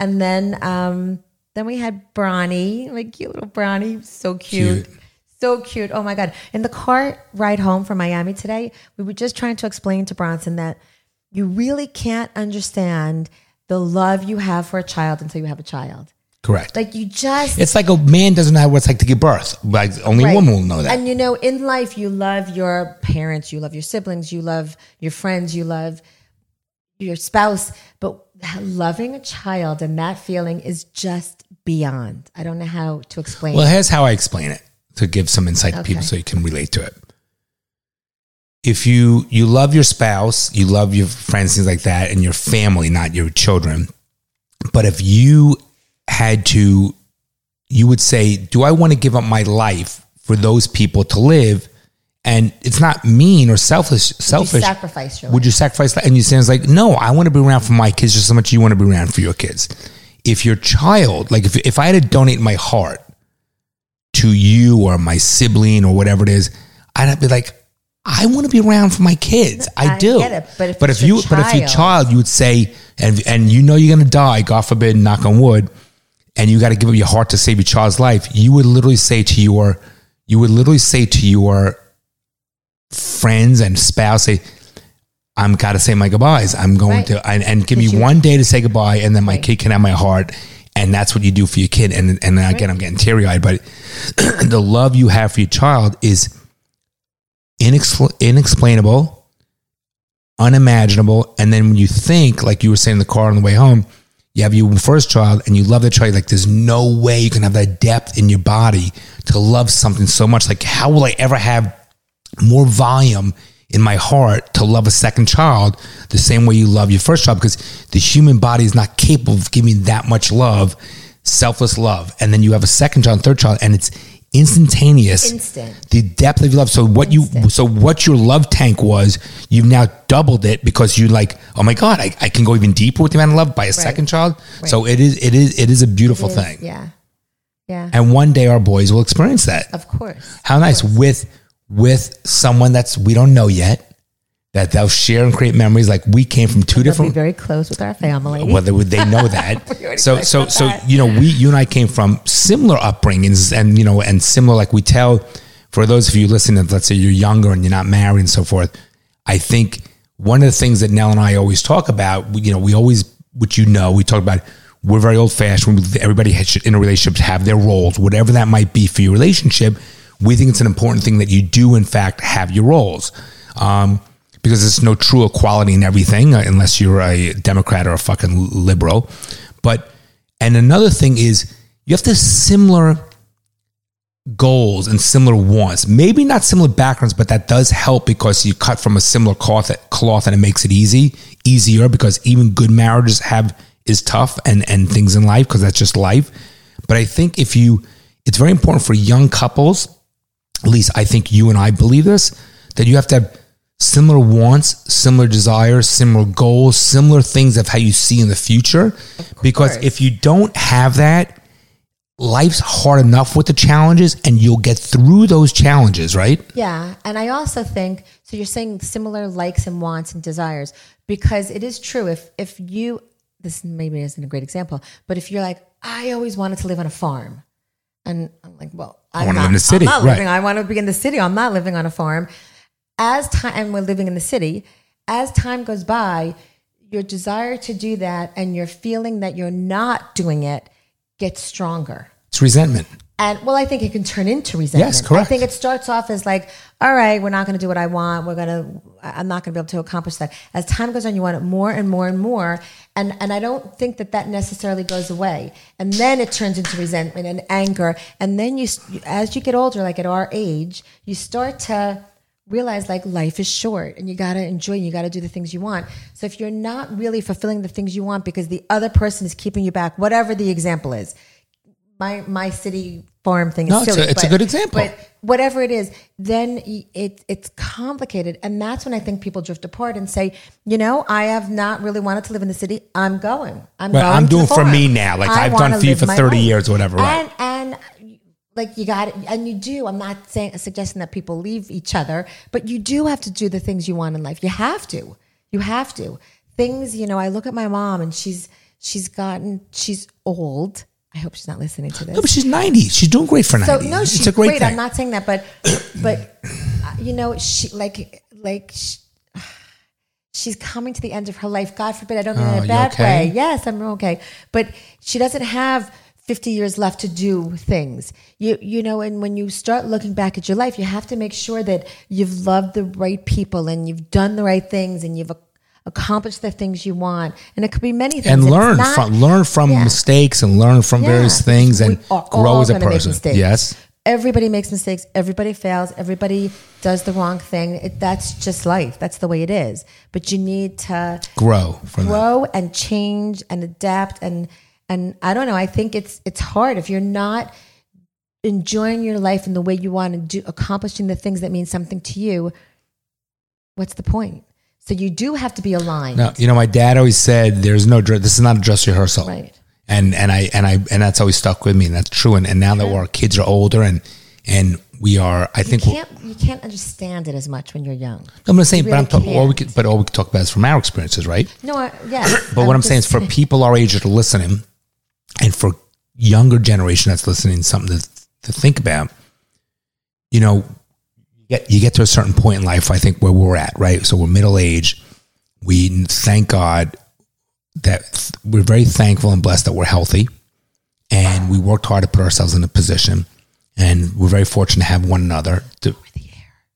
and then um, then we had Bronny, my cute little Bronny, so cute. Cute. So cute. Oh my God. In the car ride home from Miami today, we were just trying to explain to Bronson that you really can't understand the love you have for a child until you have a child. correct Like you just it's like a man doesn't know what it's like to give birth like only a Right. woman will know that And you know, in life, you love your parents, you love your siblings, you love your friends, you love your spouse, but loving a child and that feeling is just beyond. I don't know how to explain. Well, here's how I explain it to give some insight to people Okay. so you can relate to it. If you you love your spouse, you love your friends, things like that, and your family, not your children. But if you had to, you would say, "Do I want to give up my life for those people to live?" And it's not mean or selfish. You Selfish. sacrifice your life. Would you sacrifice that? And you say, it's like, no, I want to be around for my kids just as much as you want to be around for your kids. If your child, like if, if I had to donate my heart to you or my sibling or whatever it is, I'd be like, I want to be around for my kids. I, I do. get it, but if it's you, your but if your child- child, you would say, and, and you know you're going to die, God forbid, knock on wood, and you got to give up your heart to save your child's life, you would literally say to your, you would literally say to your friends and spouse, say, I'm got to say my goodbyes. I'm going Right. to, and, and give me you- one day to say goodbye, and then my Right. kid can have my heart. And that's what you do for your kid. And and again, I'm getting teary eyed, but <clears throat> the love you have for your child is inexpl- inexplainable, unimaginable. And then when you think, like you were saying in the car on the way home, you have your first child and you love that child, you're like there's no way you can have that depth in your body to love something so much. Like, how will I ever have more volume in my heart to love a second child the same way you love your first child because the human body is not capable of giving that much love, selfless love. And then you have a second child, third child, and it's instantaneous. Instant. The depth of your love. So what you so what your love tank was, you've now doubled it because you like, oh my God, I, I can go even deeper with the amount of love by a second child. So it is it is it is a beautiful It is, thing. Yeah. Yeah. And one day our boys will experience that. of course. How nice with with someone that's we don't know yet that they'll share and create memories like we came from two We'll be different very close with our family. whether would they <laughs> know We that already so talked so about so that. you know we you and I came from similar upbringings and you know and similar like we tell for those of you listening let's say you're younger and you're not married and so forth I think one of the things that Nell and I always talk about we- you know we always which you know we talk about we're very old fashioned everybody has- should in a relationship have their roles whatever that might be for your relationship we think it's an important thing that you do in fact have your roles um because there's no true equality in everything uh, unless you're a Democrat or a fucking liberal. But, and another thing is you have to have similar goals and similar wants. Maybe not similar backgrounds, but that does help because you cut from a similar cloth, cloth and it makes it easy, easier because even good marriages have is tough and and things in life because that's just life. But I think if you it's very important for young couples at least I think you and I believe this, that you have to have similar wants, similar desires, similar goals, similar things of how you see in the future. Because if you don't have that, life's hard enough with the challenges and you'll get through those challenges, right? Yeah. And I also think so you're saying similar likes and wants and desires because it is true if if you this maybe isn't a great example, but if you're like I always wanted to live on a farm and I'm like, well, I'm wanna not, live in the city, I'm not right. living, I want to be in the city. I'm not living on a farm. As time and we're living in the city, as time goes by, your desire to do that and your feeling that you're not doing it gets stronger. It's resentment. And well, I think it can turn into resentment. correct. I think it starts off as like, all right, we're not going to do what I want. We're going to, I'm not going to be able to accomplish that. As time goes on, you want it more and more and more. And, and I don't think that that necessarily goes away. And then it turns into resentment and anger. And then you, s- as you get older, like at our age, you start to realize like life is short and you got to enjoy you got to do the things you want so if you're not really fulfilling the things you want because the other person is keeping you back whatever the example is my my city farm thing is No, it's silly. a- it's a good example. But whatever it is, then y- it it's complicated, and that's when I think people drift apart and say, you know, I have not really wanted to live in the city. I'm going. I'm Right, going. I'm to doing the for farm. me now. Like, I I've done wanna for you live for my 30 life." years or whatever, right. And and like you got it, and you do. I'm not saying suggesting that people leave each other, but you do have to do the things you want in life. You have to. You have to. Things, you know, I look at my mom and she's she's gotten she's old. I hope she's not listening to this. No, but she's 90. She's doing great for 90. So no, she's it's a great, great. thing. I'm not saying that, but but uh, you know, she like like sh she's coming to the end of her life. God forbid, I don't mean Oh, it in you a bad okay? way. Yes, I'm okay, but she doesn't have. 50 years left to do things. You you know and when you start looking back at your life you have to make sure that you've loved the right people and you've done the right things and you've ac- accomplished the things you want. And it could be many things. and It's learn not- from learn from Yeah. mistakes and learn from various Yeah. things and We are grow all as a gonna make person. mistakes. Yes. Everybody makes mistakes. Everybody fails. Everybody does the wrong thing. It, that's just life. That's the way it is. But you need to Grow from that. grow and change and adapt and and I don't know. I think it's it's hard if you're not enjoying your life in the way you want to do accomplishing the things that mean something to you. What's the point? So you do have to be aligned. No, you know, my dad always said, "There's no dress. This is not a dress rehearsal." Right. And and I and I and that's always stuck with me, and that's true. And and now that our kids are older, and and we are, I You think we're, can't you can't understand it as much when you're young. I'm gonna say, you but I'm really talking, all we can't. could, but all we could talk about is from our experiences, right? No, I, yes. But what I'm just- saying is for people our age that are listening, and for younger generation that's listening, something to, to think about. You know, you get you get to a certain point in life. I think where we're at, right? So we're middle age. We thank God that th- we're very thankful and blessed that we're healthy, and we worked hard to put ourselves in a position, and we're very fortunate to have one another. To,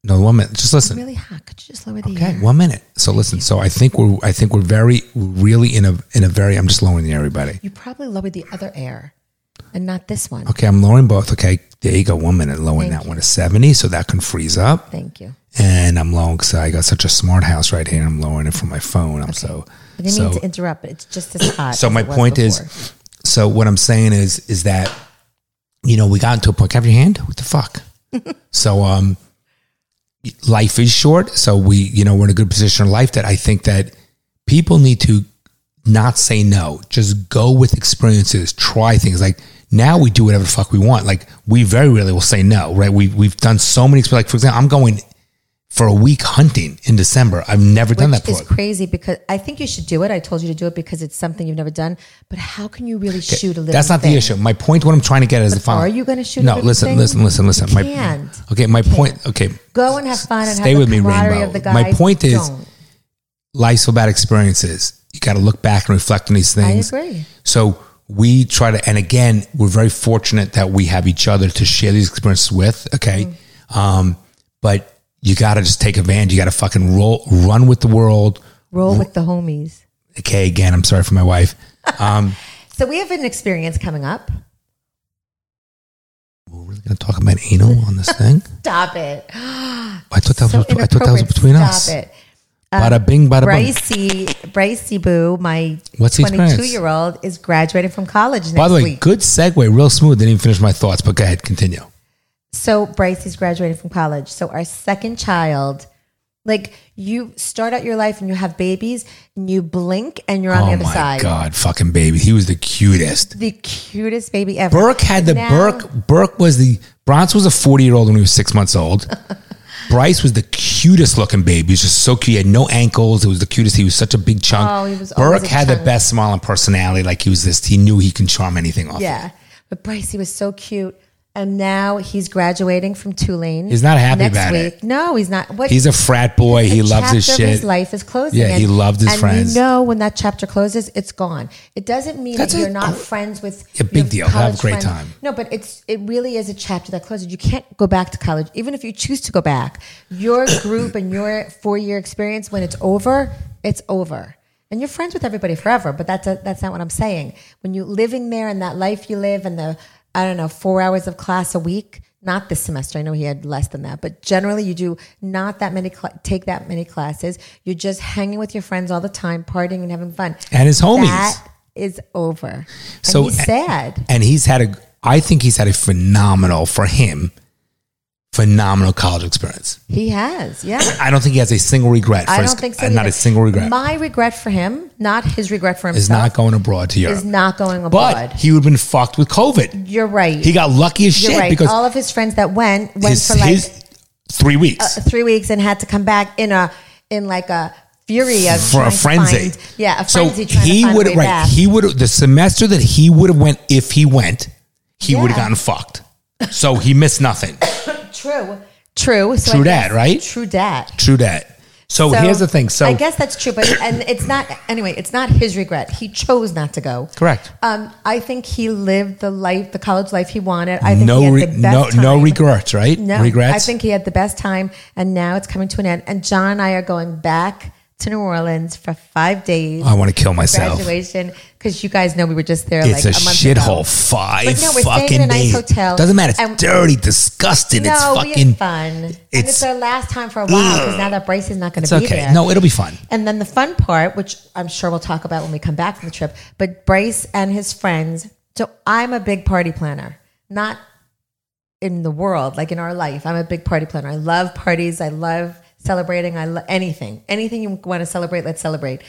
no, one minute. Just listen. really hot. Could you just lower the Okay, air? one minute. So listen. So I think we're I think we're very really in a in a very. I'm just lowering everybody. You probably lowered the other air and not this one. Okay, I'm lowering both. Okay, there you go. One minute lowering Thank that one to seventy, so that can freeze up. Thank you. And I'm lowering because I got such a smart house right here. I'm lowering it from my phone. I'm so I didn't so mean to interrupt, but it's just as hot. so as my it was point before. is so what i'm saying is is that you know, we got into a point. Have your hand? What the <laughs> fuck? so, um, life is short. So we, you know, we're in a good position in life that I think that people need to not say no. Just go with experiences. Try things. Like now we do whatever the fuck we want. Like we very rarely will say no. Right? We we've done so many. exper- Like for example, I'm going for a week hunting in December. I've never done that Which is before. crazy because I think you should do it. I told you to do it because it's something you've never done. But how can you really shoot a living? That's not thing? the issue. My point, what I'm trying to get at is the following. are you gonna shoot No, a living listen, thing? listen, listen, listen. You my can't. okay. My point. Okay, Go and have fun and Stay have the with me, camaraderie Rainbow. Of the My guys. point is- Don't. life's so bad experiences. You got to look back and reflect on these I things. agree. So we try to, and again, we're very fortunate that we have each other to share these experiences with. Okay. Mm-hmm. Um, but you got to just take advantage. You got to fucking roll, run with the world. Roll with the homies. Okay. Again, I'm sorry for my wife. So we have an experience coming up. We're really going to talk about anal on <laughs> this thing. Stop it. <gasps> I thought that So was, I thought that was inappropriate. between Stop us. it. Uh, Bada bing, bada bing. Bricey, Bricey Boo, my What's the experience? 22 year old, is graduating from college next By the way, week. good segue, real smooth. Didn't even finish my thoughts, but go ahead, continue. So Bricey's graduating from college. So our second child, like you start out your life and you have babies and you blink and you're on the oh other my side. god, fucking baby, he was the cutest. The cutest baby ever. Burke had the Now- Burke. Burke was the Bronx was a forty year old when he was six months <laughs> old. Bryce was the cutest looking baby. He was just so cute. He had no ankles. It was the cutest. He was such a big chunk. Oh, he was always Burke a had the chunk. best smile and personality. Like he was this. He knew he can charm anything off. Yeah. But Bricey was so cute. And now he's graduating from Tulane. He's not happy next about it. week. No, he's not. What He's a frat boy. He a loves his chapter of shit. life is closing. Yeah, he loved his and friends. You know, when that chapter closes, it's gone. It doesn't mean That's that a you're not gr- friends with a big deal. your Have a college great friends. time. No, but it's it really is a chapter that closes. You can't go back to college, even if you choose to go back. Your <coughs> group and your four year experience, when it's over, it's over. And you're friends with everybody forever, but that's a, that's not what I'm saying. When you living there and that life you live and the I don't know four hours of class a week, not this semester. I know he had less than that, but generally you do not that many cl- take that many classes. You're just hanging with your friends all the time, partying and having fun. And his homies. That is over. And So- eh, he's sad. and he's had a I think he's had a phenomenal for him phenomenal college experience. He has, <coughs> yeah. I don't think he has a single regret for I his- uh, don't think so. not either. a single regret. My regret for him, not his regret for himself, is not going abroad to Europe. is not going abroad. but he would have been fucked with COVID. You're right. He got lucky as You're shit right. because All of his friends that went went his, for like his three weeks. three weeks and had to come back in a in like a fury of for trying a to frenzy, find- yeah, a so frenzy. trying to he find a would way have right. back. He would have the semester that he would have went if he went, he would have Yeah. gotten fucked. So he missed nothing. true, true, so I True dat, guess- right? True dat. True that. So, here's the thing. So I guess that's true, but and it's not anyway. It's not his regret. He chose not to go. correct. Um, I think he lived the life, the college life he wanted. I think no, he had re- the no, best time. no regrets, right? No regrets. I think he had the best time, and now it's coming to an end. And John and I are going back to New Orleans for five days. Oh, I want to kill myself. graduation because you guys know we were just there. It's like a, a, month shithole. Ago. Five But no, we're staying fucking in a nice days. hotel, Doesn't matter. It's and- dirty, disgusting. No, it's we fucking. had fun, and it's- it's our last time for a while because now that Bryce is not going It's to be okay. there. No, it'll be fun. And then the fun part, which I'm sure we'll talk about when we come back from the trip, but Bryce and his friends. So I'm a big party planner, not in the world, like in our life. I'm a big party planner. I love parties. I love celebrating. I love anything. Anything you want to celebrate, let's celebrate.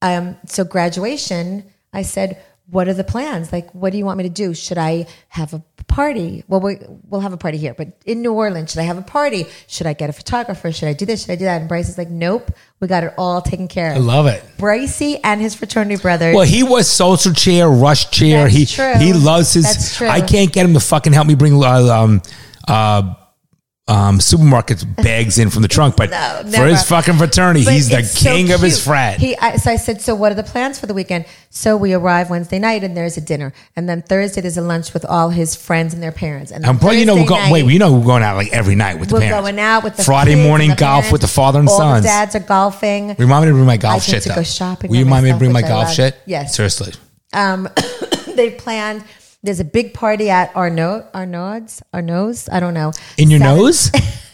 Um, so graduation, I said, what are the plans? Like, what do you want me to do? Should I have a party? Well, we, we'll have a party here, but in New Orleans, should I have a party? Should I get a photographer? Should I do this? Should I do that? And Bryce is like, nope, we got it all taken care I of. love it. Brycey and his fraternity brothers. Well, he was social chair, rush chair. That's he true. he loves his. That's true. I can't get him to fucking help me bring uh, um uh um supermarket bags in from the trunk, but <laughs> No, for never. his fucking fraternity, But he's the it's so king of his cute. frat. He, I, so I said, so what are the plans for the weekend? So we arrive Wednesday night, and there's a dinner, and then Thursday there's a lunch with all his friends and their parents. And, then and boy, Um, you know we're Thursday going. night, Wait, you know we're going out like every night with we're the parents. going out with the Friday kids and morning the golf parents. with the father and all sons. The dads are golfing. Remind me to bring my I golf get shit to though. go shopping Will you by remind me to myself, bring my which I golf love. shit? Yes. seriously. <laughs> they planned. There's a big party at Arnaud, Arnaud's, Arnaud's. I don't know. In your Seven- nose?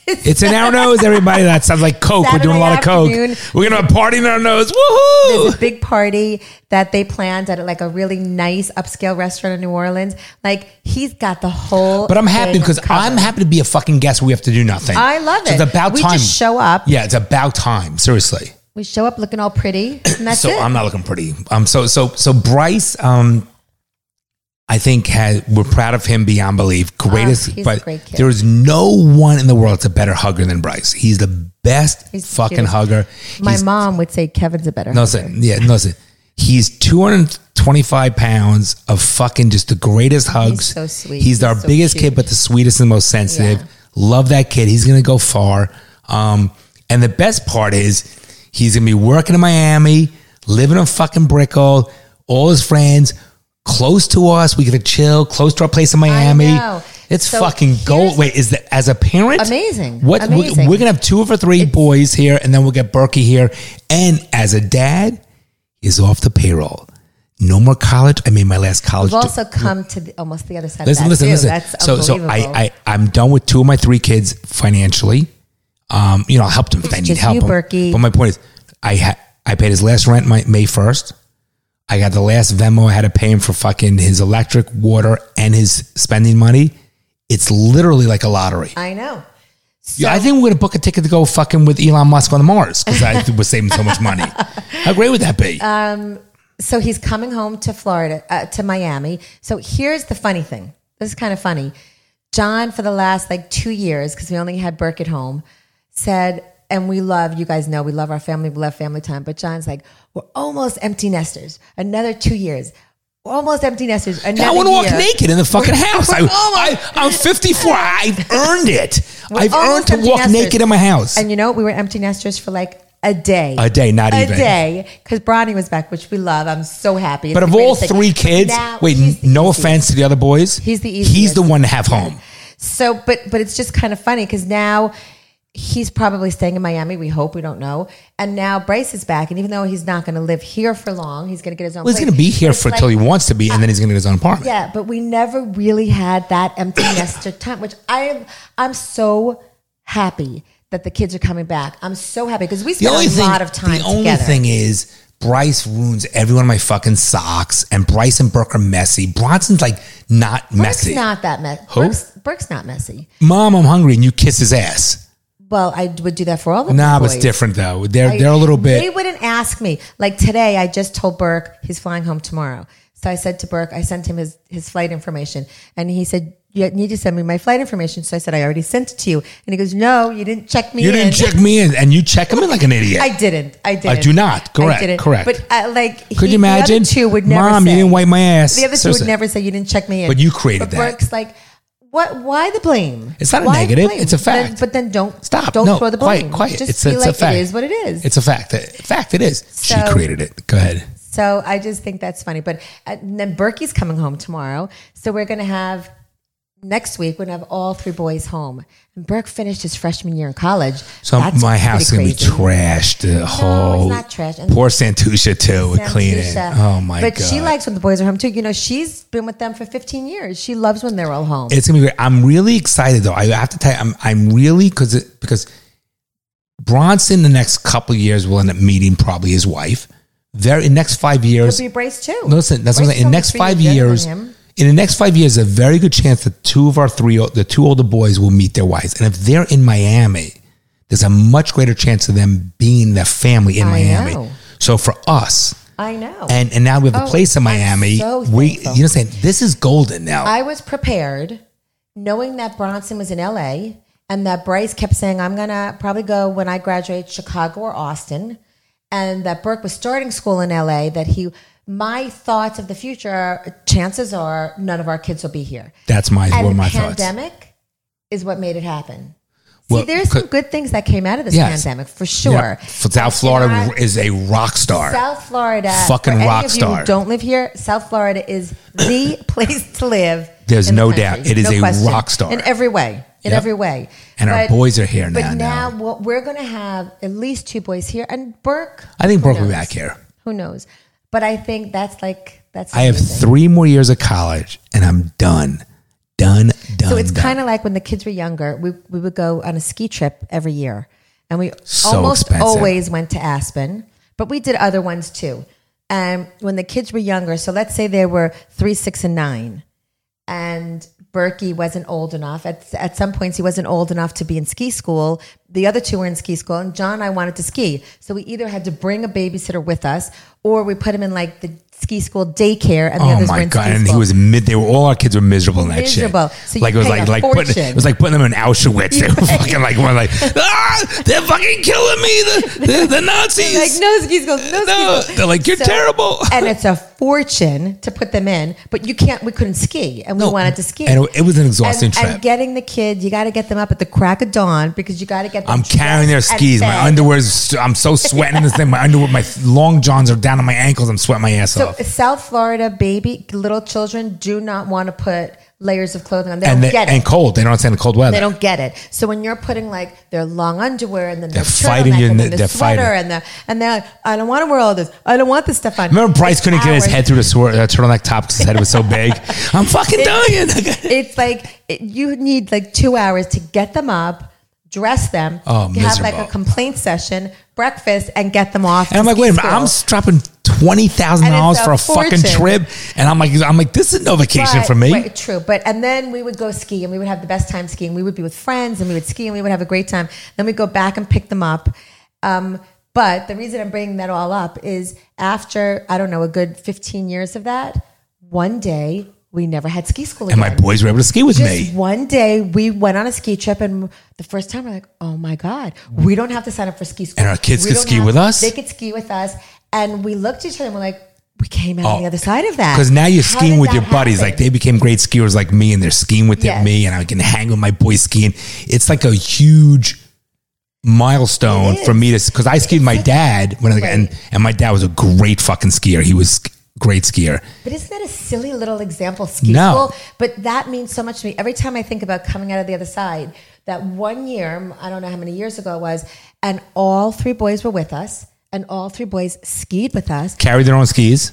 It's in our nose, everybody. That sounds like coke. We're doing a lot of coke. Saturday afternoon. We're gonna have a party in our nose. Woohoo! <laughs> There's a big party that they planned at like a really nice upscale restaurant in New Orleans. Like he's got the whole. But I'm happy thing because I'm covered. happy to be a fucking guest. where We have to do nothing. I love So it. it's about we time. just show up. yeah, it's about time. Seriously. We show up looking all pretty, and that's so it. I'm not looking pretty. Um, so so so Bryce, um, I think has we're proud of him beyond belief. Greatest, Ah, he's a but great kid. there is no one in the world that's a better hugger than Bryce. He's the best He's the fucking cutest. hugger. My he's, mom would say Kevin's a better. no, husband. listen, yeah, no, listen. He's 225 pounds of fucking just the greatest hugs. so sweet. He's, He's our so biggest cute. kid, but the sweetest and most sensitive. Yeah. Love that kid. He's gonna go far. Um, and the best part is he's gonna be working in Miami, living in fucking Brickell, all his friends. Close to us, we get to chill. Close to our place in Miami, know. it's So fucking here's- gold. Wait, is that as a parent? Amazing. What we- Amazing. we're gonna have two of our three boys here, and then we'll get Berkey here. And as a dad, is off the payroll. No more college. I made my last college. We've de- also come to the, almost the other side. listen, of listen, that too. listen. That's so, so unbelievable. I, I, I'm done with two of my three kids financially. Um, you know, I'll help them if they need just help. you, Berkey. But my point is, I ha- I paid his last rent my, May first. I got the last Venmo. I had to pay him for fucking his electric, water, and his spending money. It's literally like a lottery. I know. So, Yeah, I think we're gonna book a ticket to go fucking with Elon Musk on the Mars because I <laughs> was saving so much money. How great would that be? Uh, so he's coming home to Florida, uh, to Miami. So here's the funny thing. This is kind of funny. John, for the last like two years, because we only had Burke at home, said, and we love, you guys know, we love our family, we love family time. But John's like, we're almost empty nesters. Another two years. We're almost empty nesters. Another I want to walk year. naked in the fucking house. I, we're almost- I, I'm 54. I've earned it. We're I've earned almost to empty walk nesters. naked in my house. And you know, we were empty nesters for like a day. A day, not a even. day. Because Bronny was back, which we love. I'm so happy. It's but the of all greatest thing. three But kids, now he's wait, the no easiest. offense to the other boys, He's the he's the easiest. one to have home. So, but but it's just kind of funny because now he's probably staying in Miami. We hope we don't know. And now Bryce is back, and even though he's not going to live here for long, he's going to get his own. Well, he's place. gonna be here It's for like- till he wants to be, and then he's gonna get his own apartment. <laughs> Yeah, but we never really had that <coughs> empty nester time, which I I'm so happy that the kids are coming back. I'm so happy because we The spent only a thing, lot of time the only together. thing is Bryce ruins every one of my fucking socks, and Bryce and Burke are messy. Bronson's like not Burke's messy. not that messy. Who? Burke's, Burke's not messy. Mom, I'm hungry, and you kiss his ass. Well, I would do that for all of them. Nah, but boys. it's different though. They're they're a little Oh, They bit. wouldn't ask me. Like today, I just told Burke he's flying home tomorrow. So I said to Burke, I sent him his, his flight information. And he said, You need to send me my flight information. So I said, I already sent it to you. And he goes, No, you didn't check me You in. didn't check me in, and you check him in like an idiot. I didn't. I didn't. do not. Correct, correct. But uh, like, he- Could you imagine? The other two would never Mom, say, you didn't wipe my ass. The other two would Seriously. never say you didn't check me in. But you created that. Burke's like, what? Why the blame? It's not a Why the negative. blame? It's a fact. Then- but then don't Stop. Don't no, throw the blame. quiet, quiet. Just it's be it's like a fact. it is what it is. It's a fact. Fact. It is. she So- created it. Go ahead. So I just think that's funny. But uh, and then Berkey's coming home tomorrow. So we're going to have next week, we're going to have all three boys home. And Burke finished his freshman year in college. So That's my house is gonna pretty be crazy. trashed. The whole not trash. And- Poor Santusha too. with Sam, cleaning. Tisha. Oh my But god. she likes when the boys are home too. You know, she's been with them for 15 years. She loves when they're all home. It's gonna be great. I'm really excited though. I have to tell you, I'm I'm really because because Bronson the next couple of years will end up meeting probably his wife. Very in next five It'll years. be Brace too. No, listen, that's what I'm Brace saying. In is next only three five younger than years, him. in the next five years, a very good chance that two of our three, the two older boys, will meet their wives. And if they're in Miami, there's a much greater chance of them being their family in I Miami. know. So for us, I know. and and now we have Oh, a place in I'm Miami. so we, you know, thankful. what I'm saying this is golden now. I was prepared knowing that Bronson was in LA and that Bryce kept saying, I'm going to probably go when I graduate Chicago or Austin. And that Burke was starting school in LA, that he, my thoughts of the future, are, chances are none of our kids will be here. That's my one And of the my thoughts. pandemic is what made it happen. See, Well, there's some could- good things that came out of this Yes. pandemic for sure. Yeah. South Florida And I- is a rock star. South Florida, Fucking for any rock of you who star. don't live here. South Florida is the <laughs> place to live. There's in the no country. doubt. It is No a question. rock star. in every way. In Yep. every way. And our boys are here But now, now, now. what we're going to have at least two boys here, and Burke. I think who Brooke will be knows? back here. Who knows? But I think that's like that's. I have amazing. three more years of college and I'm done. Done, done. So it's done. kind of like when the kids were younger, we, we would go on a ski trip every year. And we So almost expensive. always went to Aspen, but we did other ones too. And when the kids were younger, so let's say they were three, six, and nine, and Berkey wasn't old enough. At, at some points, he wasn't old enough to be in ski school. The other two were in ski school, and John and I wanted to ski. So we either had to bring a babysitter with us, or we put him in like the ski school daycare, and the Oh others were my in ski god! And school. he was mid. They were all our kids were miserable in that Miserable. shit. So you like it was pay like a like putting, fortune. it was like putting them in <laughs> Auschwitz. They were fucking like one like ah, they're fucking killing me. The the, the Nazis. like no ski school, no, No. ski school. They're like, "You're terrible. <laughs> and it's a fortune to put them in, but you can't. We couldn't ski, and we No. wanted to ski. And it was an exhausting and, trip. And getting the kid, you got to get them up at the crack of dawn because you got to get. Them I'm carrying their dressed and skis. My fed. underwear's. I'm so sweating in this thing. My underwear, my long johns are down on my ankles. I'm sweating my ass So off. South Florida baby, little children do not want to put layers of clothing on. They And don't they, get it. and cold. They don't understand the cold weather. They don't get it. So when you're putting like their long underwear and then They're their fighting turtleneck you and and then they- the they're sweater fighting. and the and they're like, I don't want to wear all this. I don't want this stuff on. Remember, Bryce It's couldn't get his ours. head through the swor- uh, turtleneck top because his head was so <laughs> big. I'm fucking dying. it's like it, you need like two hours to get them up, dress them, Oh, you have like miserable. a complaint session, breakfast, and get them off. And I'm to like, wait a minute, school. I'm dropping twenty thousand And dollars it's a for a fucking fortune. trip, and I'm like, I'm like, this is no vacation But- for me. wait, true, but and then we would go ski, and we would have the best time skiing. We would be with friends, and we would ski, and we would have a great time. Then we would go back and pick them up. Um, but the reason I'm bringing that all up is after I don't know a good 15 years of that, one day we never had ski school and again. my boys were able to ski with Just me. one day we went on a ski trip, and the first time we're like, "Oh my god, we don't have to sign up for ski school." And our kids We could don't ski with us? They could ski with us, and we looked at each other and we're like, "We came out on the other side of that." Because Oh, now you're How skiing did with that your buddies. Like happen? they became great skiers like me, and they're skiing with their- Yes. me, and I can hang with my boys skiing. It's like a huge milestone It for me to because I skied with my dad when I, and and my dad was a great fucking skier. He was great skier. But isn't that a silly little example? Ski No. school, but that means so much to me. Every time I think about coming out of the other side, that one year, I don't know how many years ago it was, and all three boys were with us, and all three boys skied with us. Carried their own skis.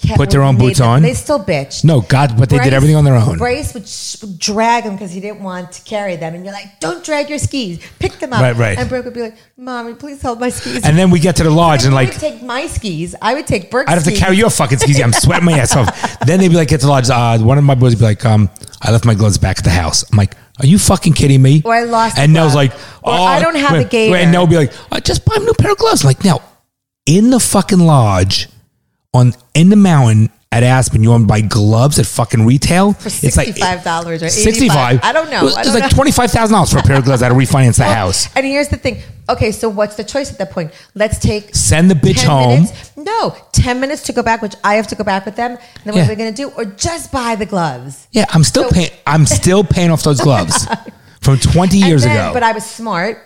Kept- Put their own made boots them- on? They still bitched. No, God, but they did Bryce- everything on their own. Bryce would sh- drag him because he didn't want to carry them, and you're like, "Don't drag your skis. Pick them up." Right, right. And Brooke would be like, "Mommy, please hold my skis." And then we get to the lodge and I like would take my skis. I would take Brooke's. I'd have to skis. carry your fucking skis. I'm sweating my ass <laughs> off. Then they'd be like, get to the lodge. Uh, one of my boys would be like, um, I left my gloves back at the house. I'm like, are you fucking kidding me? Or I lost And the Nell's glove. like, Or oh, I don't have the gator. And Nell would be like, I just buy a new pair of gloves. I'm like, now, in the fucking lodge, on in the mountain at Aspen, you want to buy gloves at fucking retail? for sixty-five dollars or eighty-five. I don't know. It was, I it don't was like know. twenty five thousand dollars for a pair of gloves. I had to refinance the house. And here's the thing. Okay, so what's the choice at that point? Let's take Send the bitch 10 home. minutes- No, ten minutes to go back, which I have to go back with them. Then what Yeah. are we gonna do? Or just buy the gloves? Yeah, I'm still So- paying. I'm still paying off those <laughs> gloves from 20 And years then- ago. But I was smart.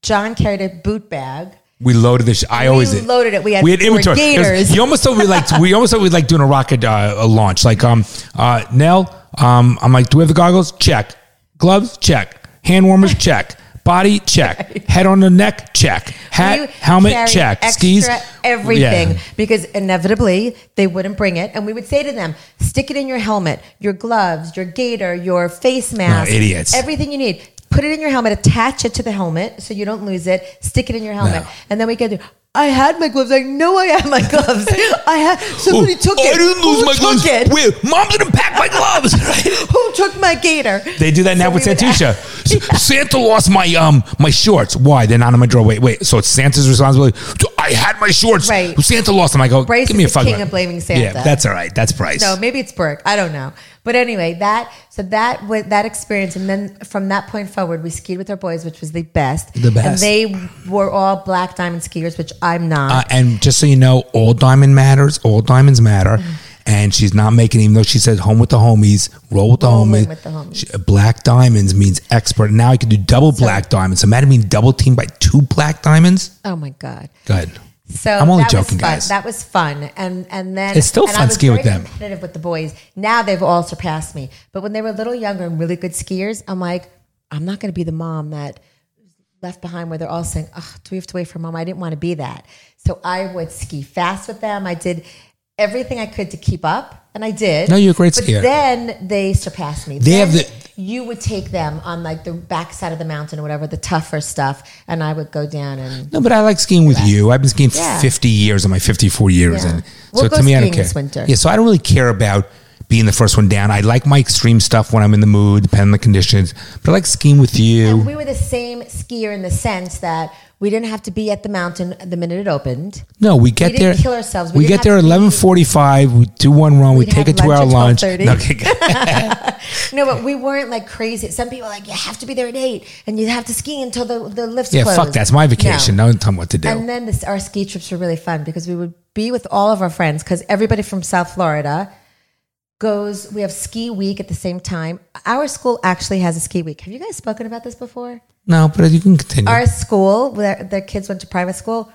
John carried a boot bag. we loaded this. I always did. loaded it. We had four It was- gators. you almost thought we like. We almost thought we like doing a rocket uh, a launch. Like um, uh, Nell. Um, I'm like, do we have the goggles? Check. Gloves? Check. Hand warmers? <laughs> Check. Body? Check. Head on the neck? Check. Hat? We helmet? carried Check. extra Skis? Everything. Yeah. Because inevitably they wouldn't bring it. And we would say to them, stick it in your helmet, your gloves, your gator, your face mask. idiots. Everything you need. Put it in your helmet, attach it to the helmet so you don't lose it. Stick it in your helmet. No. And then we get to I had my gloves. I know I had my <laughs> gloves. I had somebody Oh, took oh, it. I didn't lose Who my took gloves. it? Where? Mom didn't pack my gloves. <laughs> Right? Who took my gator? They do that now So with we <laughs> would <laughs> Santusha. ask- S- Santa lost my um my shorts. Why? They're not in my drawer. Wait, wait. So it's Santa's responsibility. So I had my shorts. Right. Santa lost them. I go. Bryce give me a is the fucking. king of blaming Santa. Yeah, that's all right. That's Bryce. No, maybe it's Burke. I don't know. But anyway, that so that was that experience, and then from that point forward, we skied with our boys, which was the best. The best. And they were all black diamond skiers, which I'm Uh, not. and just so you know, all diamond matters. All diamonds matter. Mm-hmm. And she's not making, even though she says home with the homies, roll with the Rolling homies. with the homies. She- black diamonds means expert. Now I can do double black diamonds. So imagine being double teamed by two black diamonds. oh my god. Go ahead. So I'm only that joking, was fun. guys. That was fun, and and then It's still and fun I was skiing with very them. Competitive with the boys. Now they've all surpassed me. But when they were a little younger and really good skiers, I'm like, I'm not going to be the mom that left behind where they're all saying, "Oh, do we have to wait for mom?" I didn't want to be that. So I would ski fast with them. I did everything I could to keep up, and I did. No, you're a great But skier. then they surpassed me. They Then have the- you would take them on like the backside of the mountain or whatever, the tougher stuff, and I would go down and No, but I like skiing with you. I've been skiing for Yeah. 50 years of my 54 years. Yeah. And We'll so go to me, I don't skiing care. this winter. Yeah, so I don't really care about being the first one down. I like my extreme stuff when I'm in the mood, depending on the conditions. But I like skiing with you. And we were the same skier in the sense that we didn't have to be at the mountain the minute it opened. no, we get didn't there. kill ourselves. We We, didn't get have there to at be- 11:45. We do one run. We We'd take it have to lunch our at lunch. 12:30. No, okay. No, but we weren't like crazy. Some people are like, you have to be there at eight and you have to ski until the, the lifts yeah, <laughs> close. fuck. That's my vacation. No. No one tell me what to do. And then this, our ski trips were really fun because we would be with all of our friends because everybody from South Florida goes, we have ski week at the same time. Our school actually has a ski week. Have you guys spoken about this before? no, but you can continue. our school where their kids went to private school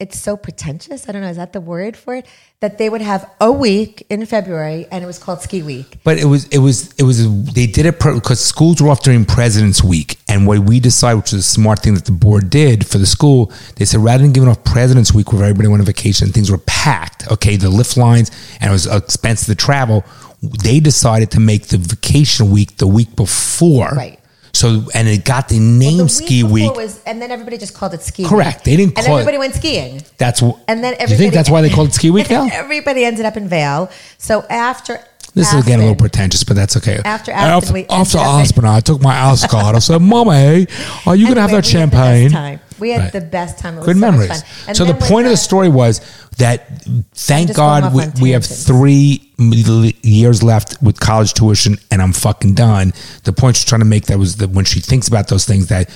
it's so pretentious i don't know is that the word for it that they would have a week in february and it was called ski week But it was it was it was they did it because schools were off during President's Week, and what we decided, which was a smart thing that the board did for the school, they said rather than giving off President's Week where everybody went on vacation, things were packed. Okay, the lift lines and it was expensive to travel. They decided to make the vacation week the week before. Right. So and it got the name The Ski before Week. was and then everybody just called it ski week. Correct. They didn't and call it- everybody went skiing that's wh- and then you everybody think that's why they called it Ski <laughs> Week now. everybody ended up in vale so after This is again a Aspen- little pretentious, but that's okay. After Aspen, after, we- after after- Aspen, I took my Ascot. I said, "Mommy, are you going to have Anyway, that we had the best champagne?" time. we had Right. the best time it was Good so much memories. fun. And So the then when point of the story was that thank just God going off we, on we have tangents. three m- years left with college tuition, and I'm fucking done. The point she's trying to make that was that when she thinks about those things that.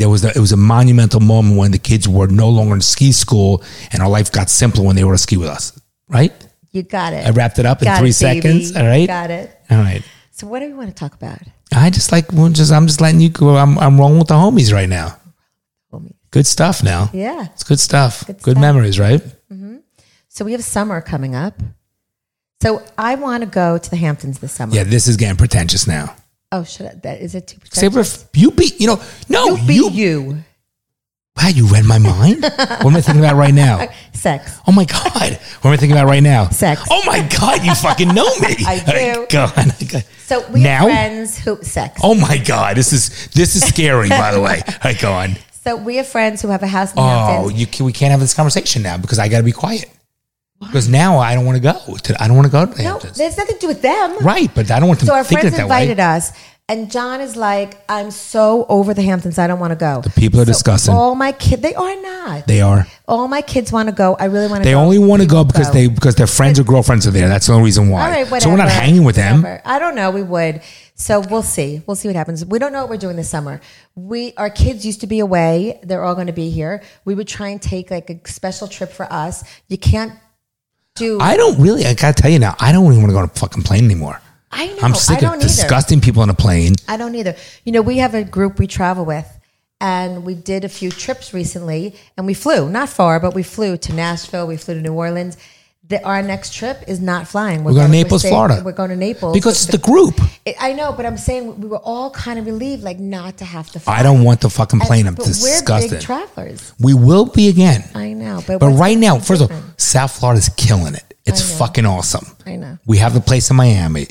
There was a, it was a monumental moment when the kids were no longer in ski school and our life got simpler when they were to ski with us. Right? you got it I wrapped it up in Got three it, baby. seconds. All right. got it All right. so what do we want to talk about I just like we're just I'm just letting you go. I'm I'm rolling with the homies right now. Good stuff now. yeah It's good stuff. Good, Good stuff. memories, right? So we have summer coming up. So I want to go to the Hamptons this summer. Yeah, this is getting pretentious now. Oh, should I, that is it too Say pretentious? we're you beat you know no You be you, you, wow you read my <laughs> mind. what am I thinking about right now? Sex. Oh my god, what am I thinking about right now? Sex. Oh my god, you fucking know me. <laughs> I do. God. God. So we Now? have friends who sex. <laughs> Oh my god, this is this is scary. by the way, I go <laughs> on. So we have friends who have a house in the Oh, Hamptons. you can, we can't have this conversation now because I got to be quiet. Because now I don't want to go. To, I don't want to go to the no, Hamptons. there's nothing to do with them. Right, but I don't want them So our thinking friends it that way. invited us, and John is like, "I'm so over the Hamptons. I don't want to go." The people are discussing. All my kids, they are not. They are. all my kids want to go. I really want to. They go. only want to We go will because they because their friends or girlfriends are there. That's the only reason why. All right, whatever. so we're not hanging with them. Whatever. I don't know. We would. So we'll see. We'll see what happens. We don't know what we're doing this summer. We our kids used to be away. They're all going to be here. We would try and take like a special trip for us. You can't do. I don't really. I gotta tell you now. I don't even want to go on a fucking plane anymore. I know. I'm sick I don't of either. disgusting people on a plane. I don't either. You know, we have a group we travel with, and we did a few trips recently, and we flew not far, but we flew to Nashville. We flew to New Orleans. The, our next trip is not flying. We're, We're going to we're Naples, staying- Florida. We're going to Naples because it's the group. It, I know, but I'm saying we were all kind of relieved, like not to have to. Fly. I don't want the fucking plane. I'm But We're disgusted. big travelers. we will be again. I know, but, But what's- right now, first of all, South Florida's killing it. It's fucking awesome. I know. We have the place in Miami.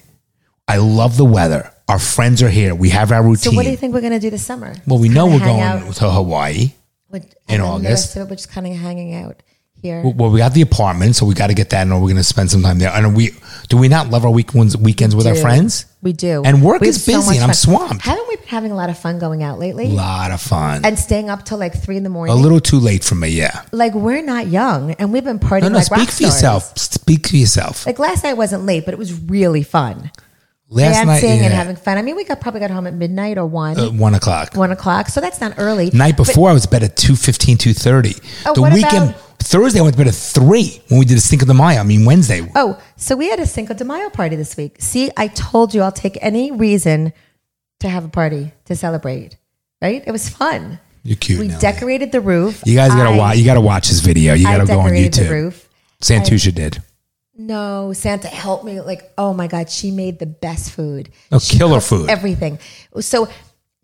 I love the weather. Our friends are here. We have our So routine. what do you think we're going to do this summer? well, we know Kinda we're hang going out to Hawaii. with- in and then the August. rest of it, We're just kind of hanging out here. Well, we got the apartment, so we got to get that, and we're going to spend some time there. And we do we not love our weekends weekends with our do. friends? We do. And work We is have so busy, much and I'm fun. swamped. Haven't we been having a lot of fun going out lately? A lot of fun. And staying up till like three in the morning. a little too late for me, yeah. like we're not young, and we've been partying No, no. like rock speak for stars. yourself. Speak for yourself. Like last night wasn't late, but it was really fun. Last night, Dancing and yeah, having fun. I mean, we got probably got home at midnight or one. uh, one o'clock. one o'clock. So that's not early. Night before, I was bed at 2.15, 2.30. Oh, the what weekend, about- Thursday, I went to bed at 3 when we did a Cinco de Mayo. I mean, Wednesday. Oh, so we had a Cinco de Mayo party this week. See, I told you I'll take any reason to have a party to celebrate. Right? It was fun. You're cute. We Nelly. decorated the roof. you guys got I- to watch. You got to watch this video. You I got to go on decorated the YouTube. roof. Santusha did. No, Santa helped me. Like, oh my God, she made the best food. Oh, She killer cooked food. Everything. So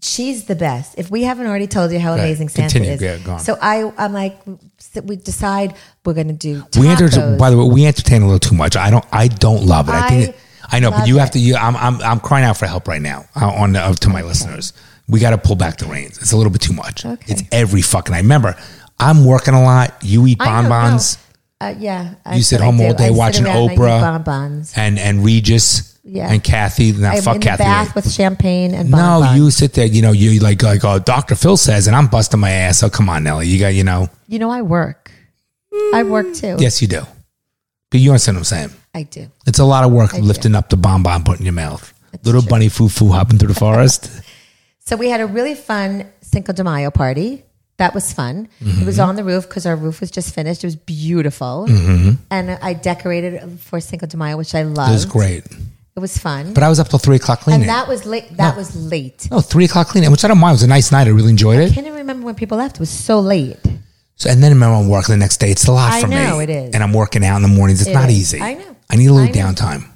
she's the best. If we haven't already told you how Right. amazing Santa Continue. is, Yeah, go on. so I, I'm like, so we decide we're gonna do. Tacos. We entertain, by the way, we entertain a little too much. I don't, I don't love it. I, think, I it, I know, but love you have it. to. You, I'm, I'm, I'm crying out for help right now uh, on the, to my listeners. We got to pull back the reins. It's a little bit too much. Okay. It's every fucking. I remember. I'm working a lot. You eat I know, no. bonbons Uh, yeah, I- You sit I home do. all day I sit watching around and I eat Oprah. bonbons. and and Regis Yeah. and Kathy. Now I'm fuck in the Kathy. bath with champagne and no, bonbons. you sit there. You know, you like like oh, Doctor Phil says, and I'm busting my ass. Oh, come on, Nelly. You got you know. You know, I work. I work too. Yes, you do. But you understand what I'm saying. I do. It's a lot of work lifting up the bonbon, putting in your mouth. Little bunny foo foo hopping <laughs> through the forest. So we had a really fun Cinco de Mayo party. That was fun. It Mm-hmm. was on the roof because our roof was just finished. It was beautiful, and I decorated for Cinco de Mayo, which I loved. Mm-hmm. It was great. It was fun, But I was up till three o'clock and cleaning. that was late. That was late. no, three o'clock cleaning, which I don't mind. It was a nice night. I really enjoyed I it. can't even remember when people left. It was so late. So, and then remember, I'm working the next day. It's a lot I for know, me. it is. And I'm working out in the mornings. It's It not is. easy. I know. I need a little I know. downtime.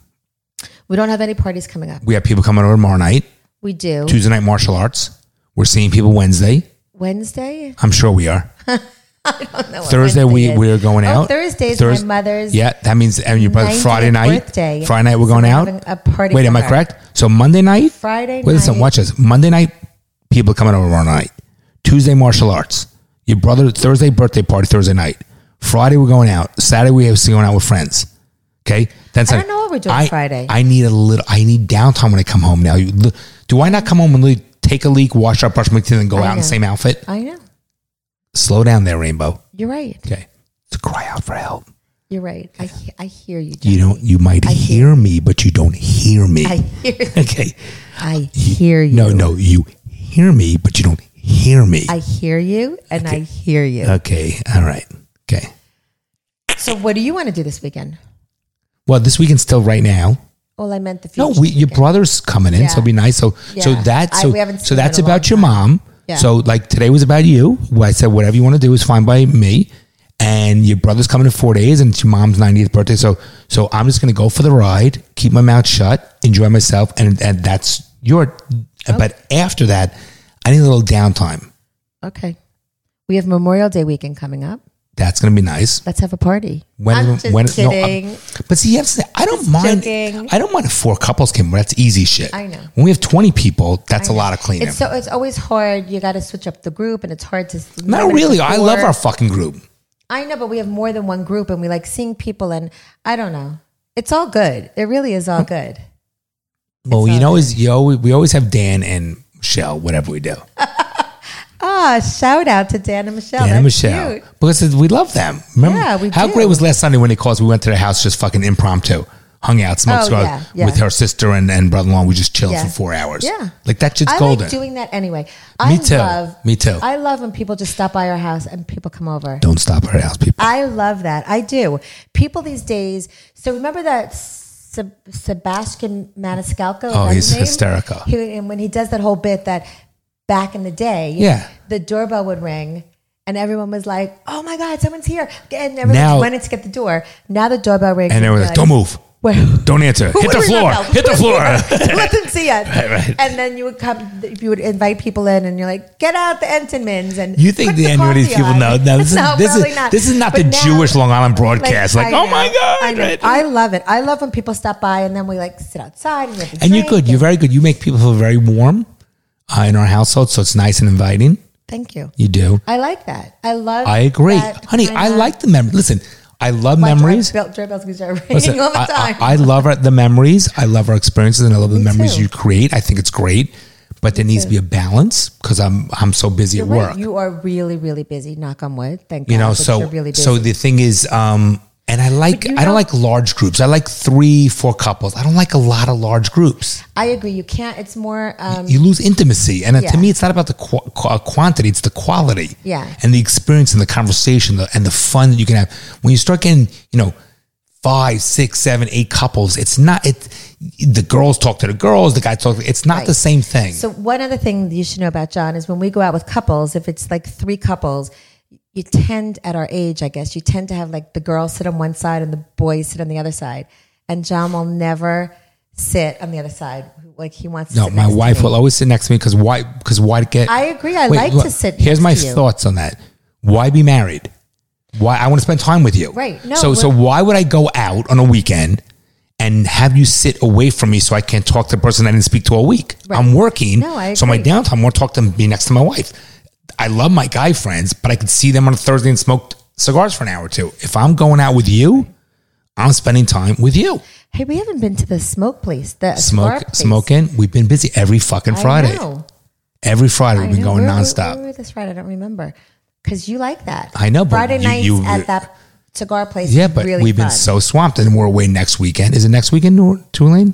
We don't have any parties coming up. We have people coming over tomorrow night, We do Tuesday night martial arts. We're seeing people Wednesday. Wednesday. <laughs> I'm sure we are. I don't know what Thursday we Oh, Wednesday is. we are going Oh, out. Thursday's Thurs- my mother's. Yeah, that means and your brother 90th Friday night. birthday. Friday night we're So going we're out. having a party Wait, for am I her. correct? So Monday night. Friday Wait, listen, night. watch this. Monday night people coming over tomorrow night. Tuesday martial arts. Your brother Thursday birthday party Thursday night. Friday we're going out. Saturday we have going out with friends. Okay, that's I don't know what we're doing I- Friday. I need a little. I need downtime when I come home now. You- Do I not come home and really take a leak, wash up, brush my teeth, and go I out in the know. same outfit? I know. Slow down there, Rainbow. You're right. Okay. To cry out for help. You're right. I, he- I hear you. Jen. You don't you might hear me, but you don't hear me. <laughs> I hear. <laughs> okay. I hear you. No, no, you hear me, but you don't hear me. I hear you, and I hear you. okay. All right. Okay. so, what do you want to do this weekend? Well, this weekend still right now. Well, I meant the future. No, we, your weekend. brother's coming in, so it'll be nice. So, so Yeah. that, I- so, we haven't so seen that's him in a about your long mom. Yeah. So, like today was about you. Well, I said whatever you want to do is fine by me. And your brother's coming in four days, and it's your mom's ninetieth birthday. So, so I'm just gonna go for the ride, keep my mouth shut, enjoy myself, and and that's your. But after that, I need a little downtime. okay. We have Memorial Day weekend coming up. That's gonna be nice. Let's have a party. When- I'm just when- no, I'm- kidding. But see, you have to say, I don't mind. joking. I don't mind if four couples came. That's easy shit. I know. When we have twenty people, that's a lot of cleaning. it's so it's always hard. You got to switch up the group, and it's hard to. Not limit it really. to I love four. our fucking group. I know, but we have more than one group, and we like seeing people, and I don't know. It's all good. It really is all good. Well, you know, is yo, we, we always have Dan and Michelle, whatever we do. Oh, Ah, shout out to Dan and Michelle. Dan and That's Michelle, cute. because we love them. Remember Yeah, we how do. great was last Sunday when they called? us? We went to their house just fucking impromptu, hung out, smoked Oh, cigars yeah, yeah. with her sister and, and brother-in-law. We just chilled Yeah. for four hours. Yeah. like that shit's I golden. like doing that anyway. Me I too. Love, Me too. I love when people just stop by our house and people come over. Don't stop her house, people. I love that. I do. People these days. So remember that Seb- Sebastian Maniscalco. is Oh, that he's his name? hysterical. He, and when he does that whole bit that back in the day, Yeah. the doorbell would ring. And everyone was like, "Oh my God, someone's here!" And everyone Now- running to get the door. Now the doorbell rings, and they were like, "Don't move, move." don't <laughs> answer, Who hit the would ring floor, that bell? <laughs> hit the floor." let them see us. right. And then you would come, you would invite people in, and you're like, "Get out the Entenmans!" <laughs> And You think put the annuities coffee people on. know? No, <laughs> this No, is this probably is not. this is not But the now- Jewish Long Island broadcast. Like, I oh know, my I, god! know. right? I love it. I love when people stop by, and then we like sit outside, and, we have a And you're drink good. You're and- very good. You make people feel very warm uh, in our household, so it's nice and inviting. Thank you. You do. I like that. I love. I agree, that honey. kind I of- like the memory. Listen, I love Watch memories. Our bell, doorbells because they're ringing Listen, all the I, time. I, I love our, the memories. I love our experiences, and I love the memories too. you create. I think it's great, but there needs to be a balance because I'm I'm so busy at Right, work. You are really, really busy. Knock on wood. Thank you God, know but so you're really busy. so the thing is um and i like you i don't know- like large groups i like three four couples i don't like a lot of large groups I agree. You can't. It's more. Um, you lose intimacy and uh to Yeah. me it's not about the qu- qu- quantity it's the quality Yeah. and the experience and the conversation the, and the fun that you can have when you start getting you know five six seven eight couples it's not it the girls talk to the girls the guys talk it's not the same thing So one other thing that you should know about John is when we go out with couples, if it's like three couples, you tend at our age, I guess, you tend to have like the girls sit on one side and the boys sit on the other side. And John will never sit on the other side. Like he wants. to No, sit my next to wife me. will always sit next to me because why? Because why get? I agree. I like to sit Here's my next to you. thoughts on that. Why be married? Why I want to spend time with you. Right. No, so so we're- why would I go out on a weekend and have you sit away from me so I can't talk to the person I didn't speak to all week? Right. I'm working. No, I so my agree. downtime, I want to talk to them, be next to my wife. I love my guy friends, but I could see them on a Thursday and smoke cigars for an hour or two. If I'm going out with you, I'm spending time with you. Hey, we haven't been to the smoke place. The cigar Smoke, place. smoking. We've been busy every fucking I Friday. know. Every Friday we've I been know. going Where- where- nonstop. Where, were we this Friday? I don't remember. Because you like that. I know, but Friday you- nights you- at that cigar place. yeah, is but really we've been fun. so swamped, and we're away next weekend. Is it next weekend, Nor- Tulane?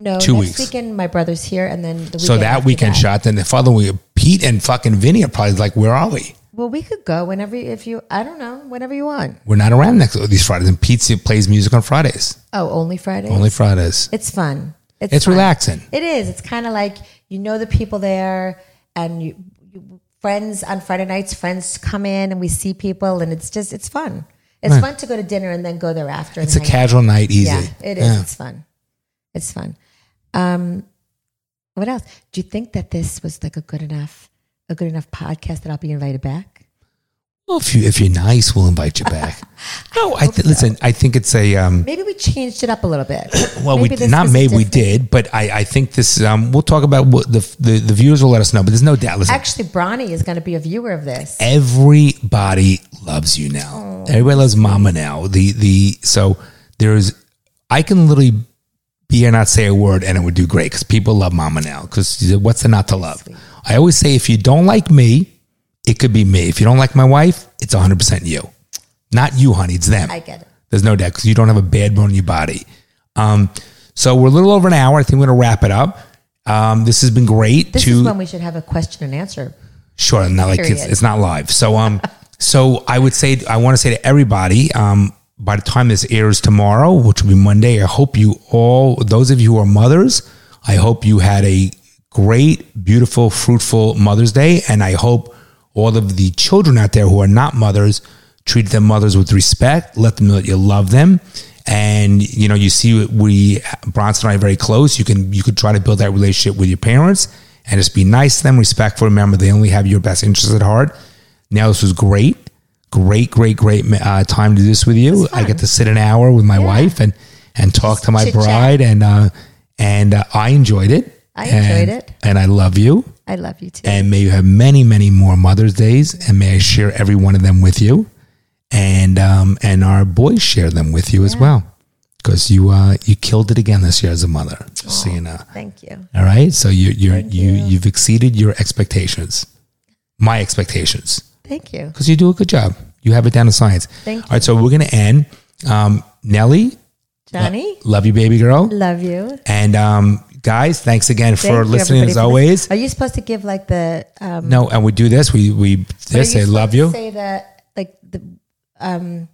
no two next weeks. weekend. My brother's here, and then the weekend so that after weekend shot. Then the following week, Pete and fucking Vinny are probably like, "Where are we? Well, we could go whenever you- if you. I don't know. Whenever you want. We're not around next these Fridays." And Pete plays music on Fridays, Oh, only Friday. only Fridays. It's fun. It's fun. relaxing. It is. It's kind of like you know the people there, and you, you friends on Friday nights. Friends come in, and we see people, and it's just it's fun. It's Right. fun to go to dinner and then go there after. and It's a hang out. casual night, easy. Yeah, it is. Yeah. It's fun. It's fun. Um, what else? Do you think that this was like a good enough, a good enough podcast that I'll be invited back? Well, if you if you're nice, we'll invite you <laughs> back. no, I th- listen. I think it's a um, Maybe we changed it up a <coughs> little bit. well, we this not was maybe we different. did, but I I think this um, we'll talk about what the, the the viewers will let us know. But there's no doubt. Listen, Actually, Bronny is going to be a viewer of this. everybody loves you Oh. now. Everybody loves Mama now. The the so there's I can literally be here and not say a word and it would do great because people love Mama now. Because what's there not to love? I always say if you don't like me, it could be me. If you don't like my wife, it's 100 percent you, not you, honey. It's them. I get it. There's no doubt because you don't have a bad bone in your body. Um, so we're a little over an hour. I think we're gonna wrap it up. Um, this has been great. This to, is when we should have a question and answer. Sure, not like it's, Period. it's not live. So um, <laughs> so I would say I want to say to everybody um, by the time this airs tomorrow, which will be Monday, I hope you all those of you who are mothers, I hope you had a great, beautiful, fruitful Mother's Day, and I hope all of the children out there who are not mothers treat their mothers with respect. Let them know that you love them. And you know, you see, we Bronson and I are very close. You can you could try to build that relationship with your parents and just be nice to them, respectful. Remember, they only have your best interests at heart. Now, this was great, great, great, great uh, time to do this with you. I get to sit an hour with my wife and and talk to my chit-chat. bride, and uh, and uh, I enjoyed it. I enjoyed And- it. and I love you. I love you too. And may you have many, many more Mother's Days, and may I share every one of them with you, and um, and our boys share them with you as well, because you uh, you killed it again this year as a mother. Just so you know. Thank you. All right, so you you're, you you've exceeded your expectations, my expectations, Thank you. because you do a good job. You have it down to science. Thank All right, so we're gonna end. Um, Nelly, Johnny, love you, baby girl, love you. and um, guys, thanks again Thank for you, listening everybody, as for always. this. Are you supposed to give like the um No, and we do this. We we are just say supposed love to you. Say the like the um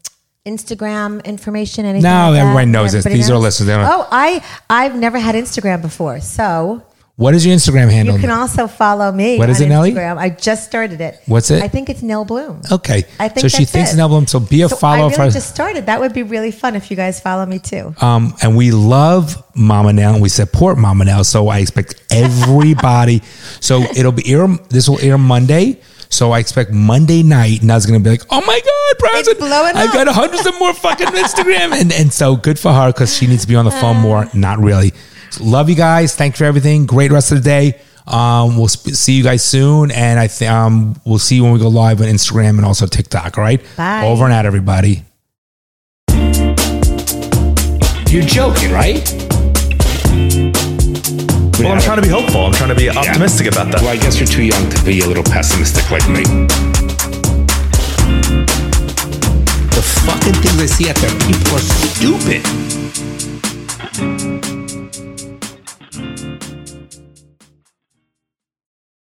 Instagram information anything No, like that? everyone knows this. Everybody These are listeners. They don't- Oh, I I've never had Instagram before. So What is your Instagram handle? you can also follow me What is on it, Nelly? Instagram. I just started it. What's it? I think it's Nell Bloom. okay. I think so she that's thinks it. an album. So be a So I follower really for just started. That would be really fun if you guys follow me too. um, and we love Mama Now and we support Mama Now. So I expect <laughs> everybody. so it'll be air. This will air Monday. So I expect Monday night, and I was going to be like, "Oh my God, Bronson, blowing I've up." got hundreds of more <laughs> fucking Instagram," and and so good for her because she needs to be on the phone Uh. more. Not really. So love you guys. Thanks for everything. Great rest of the day. Um, we'll sp- see you guys soon, and I th- um, we'll see you when we go live on Instagram and also TikTok. All right, Bye. Over and out, everybody. You're joking, right? Well, I'm trying to be hopeful. I'm trying to be optimistic about that. I guess you're too young to be a little pessimistic like me. The fucking things I see out there, people are stupid.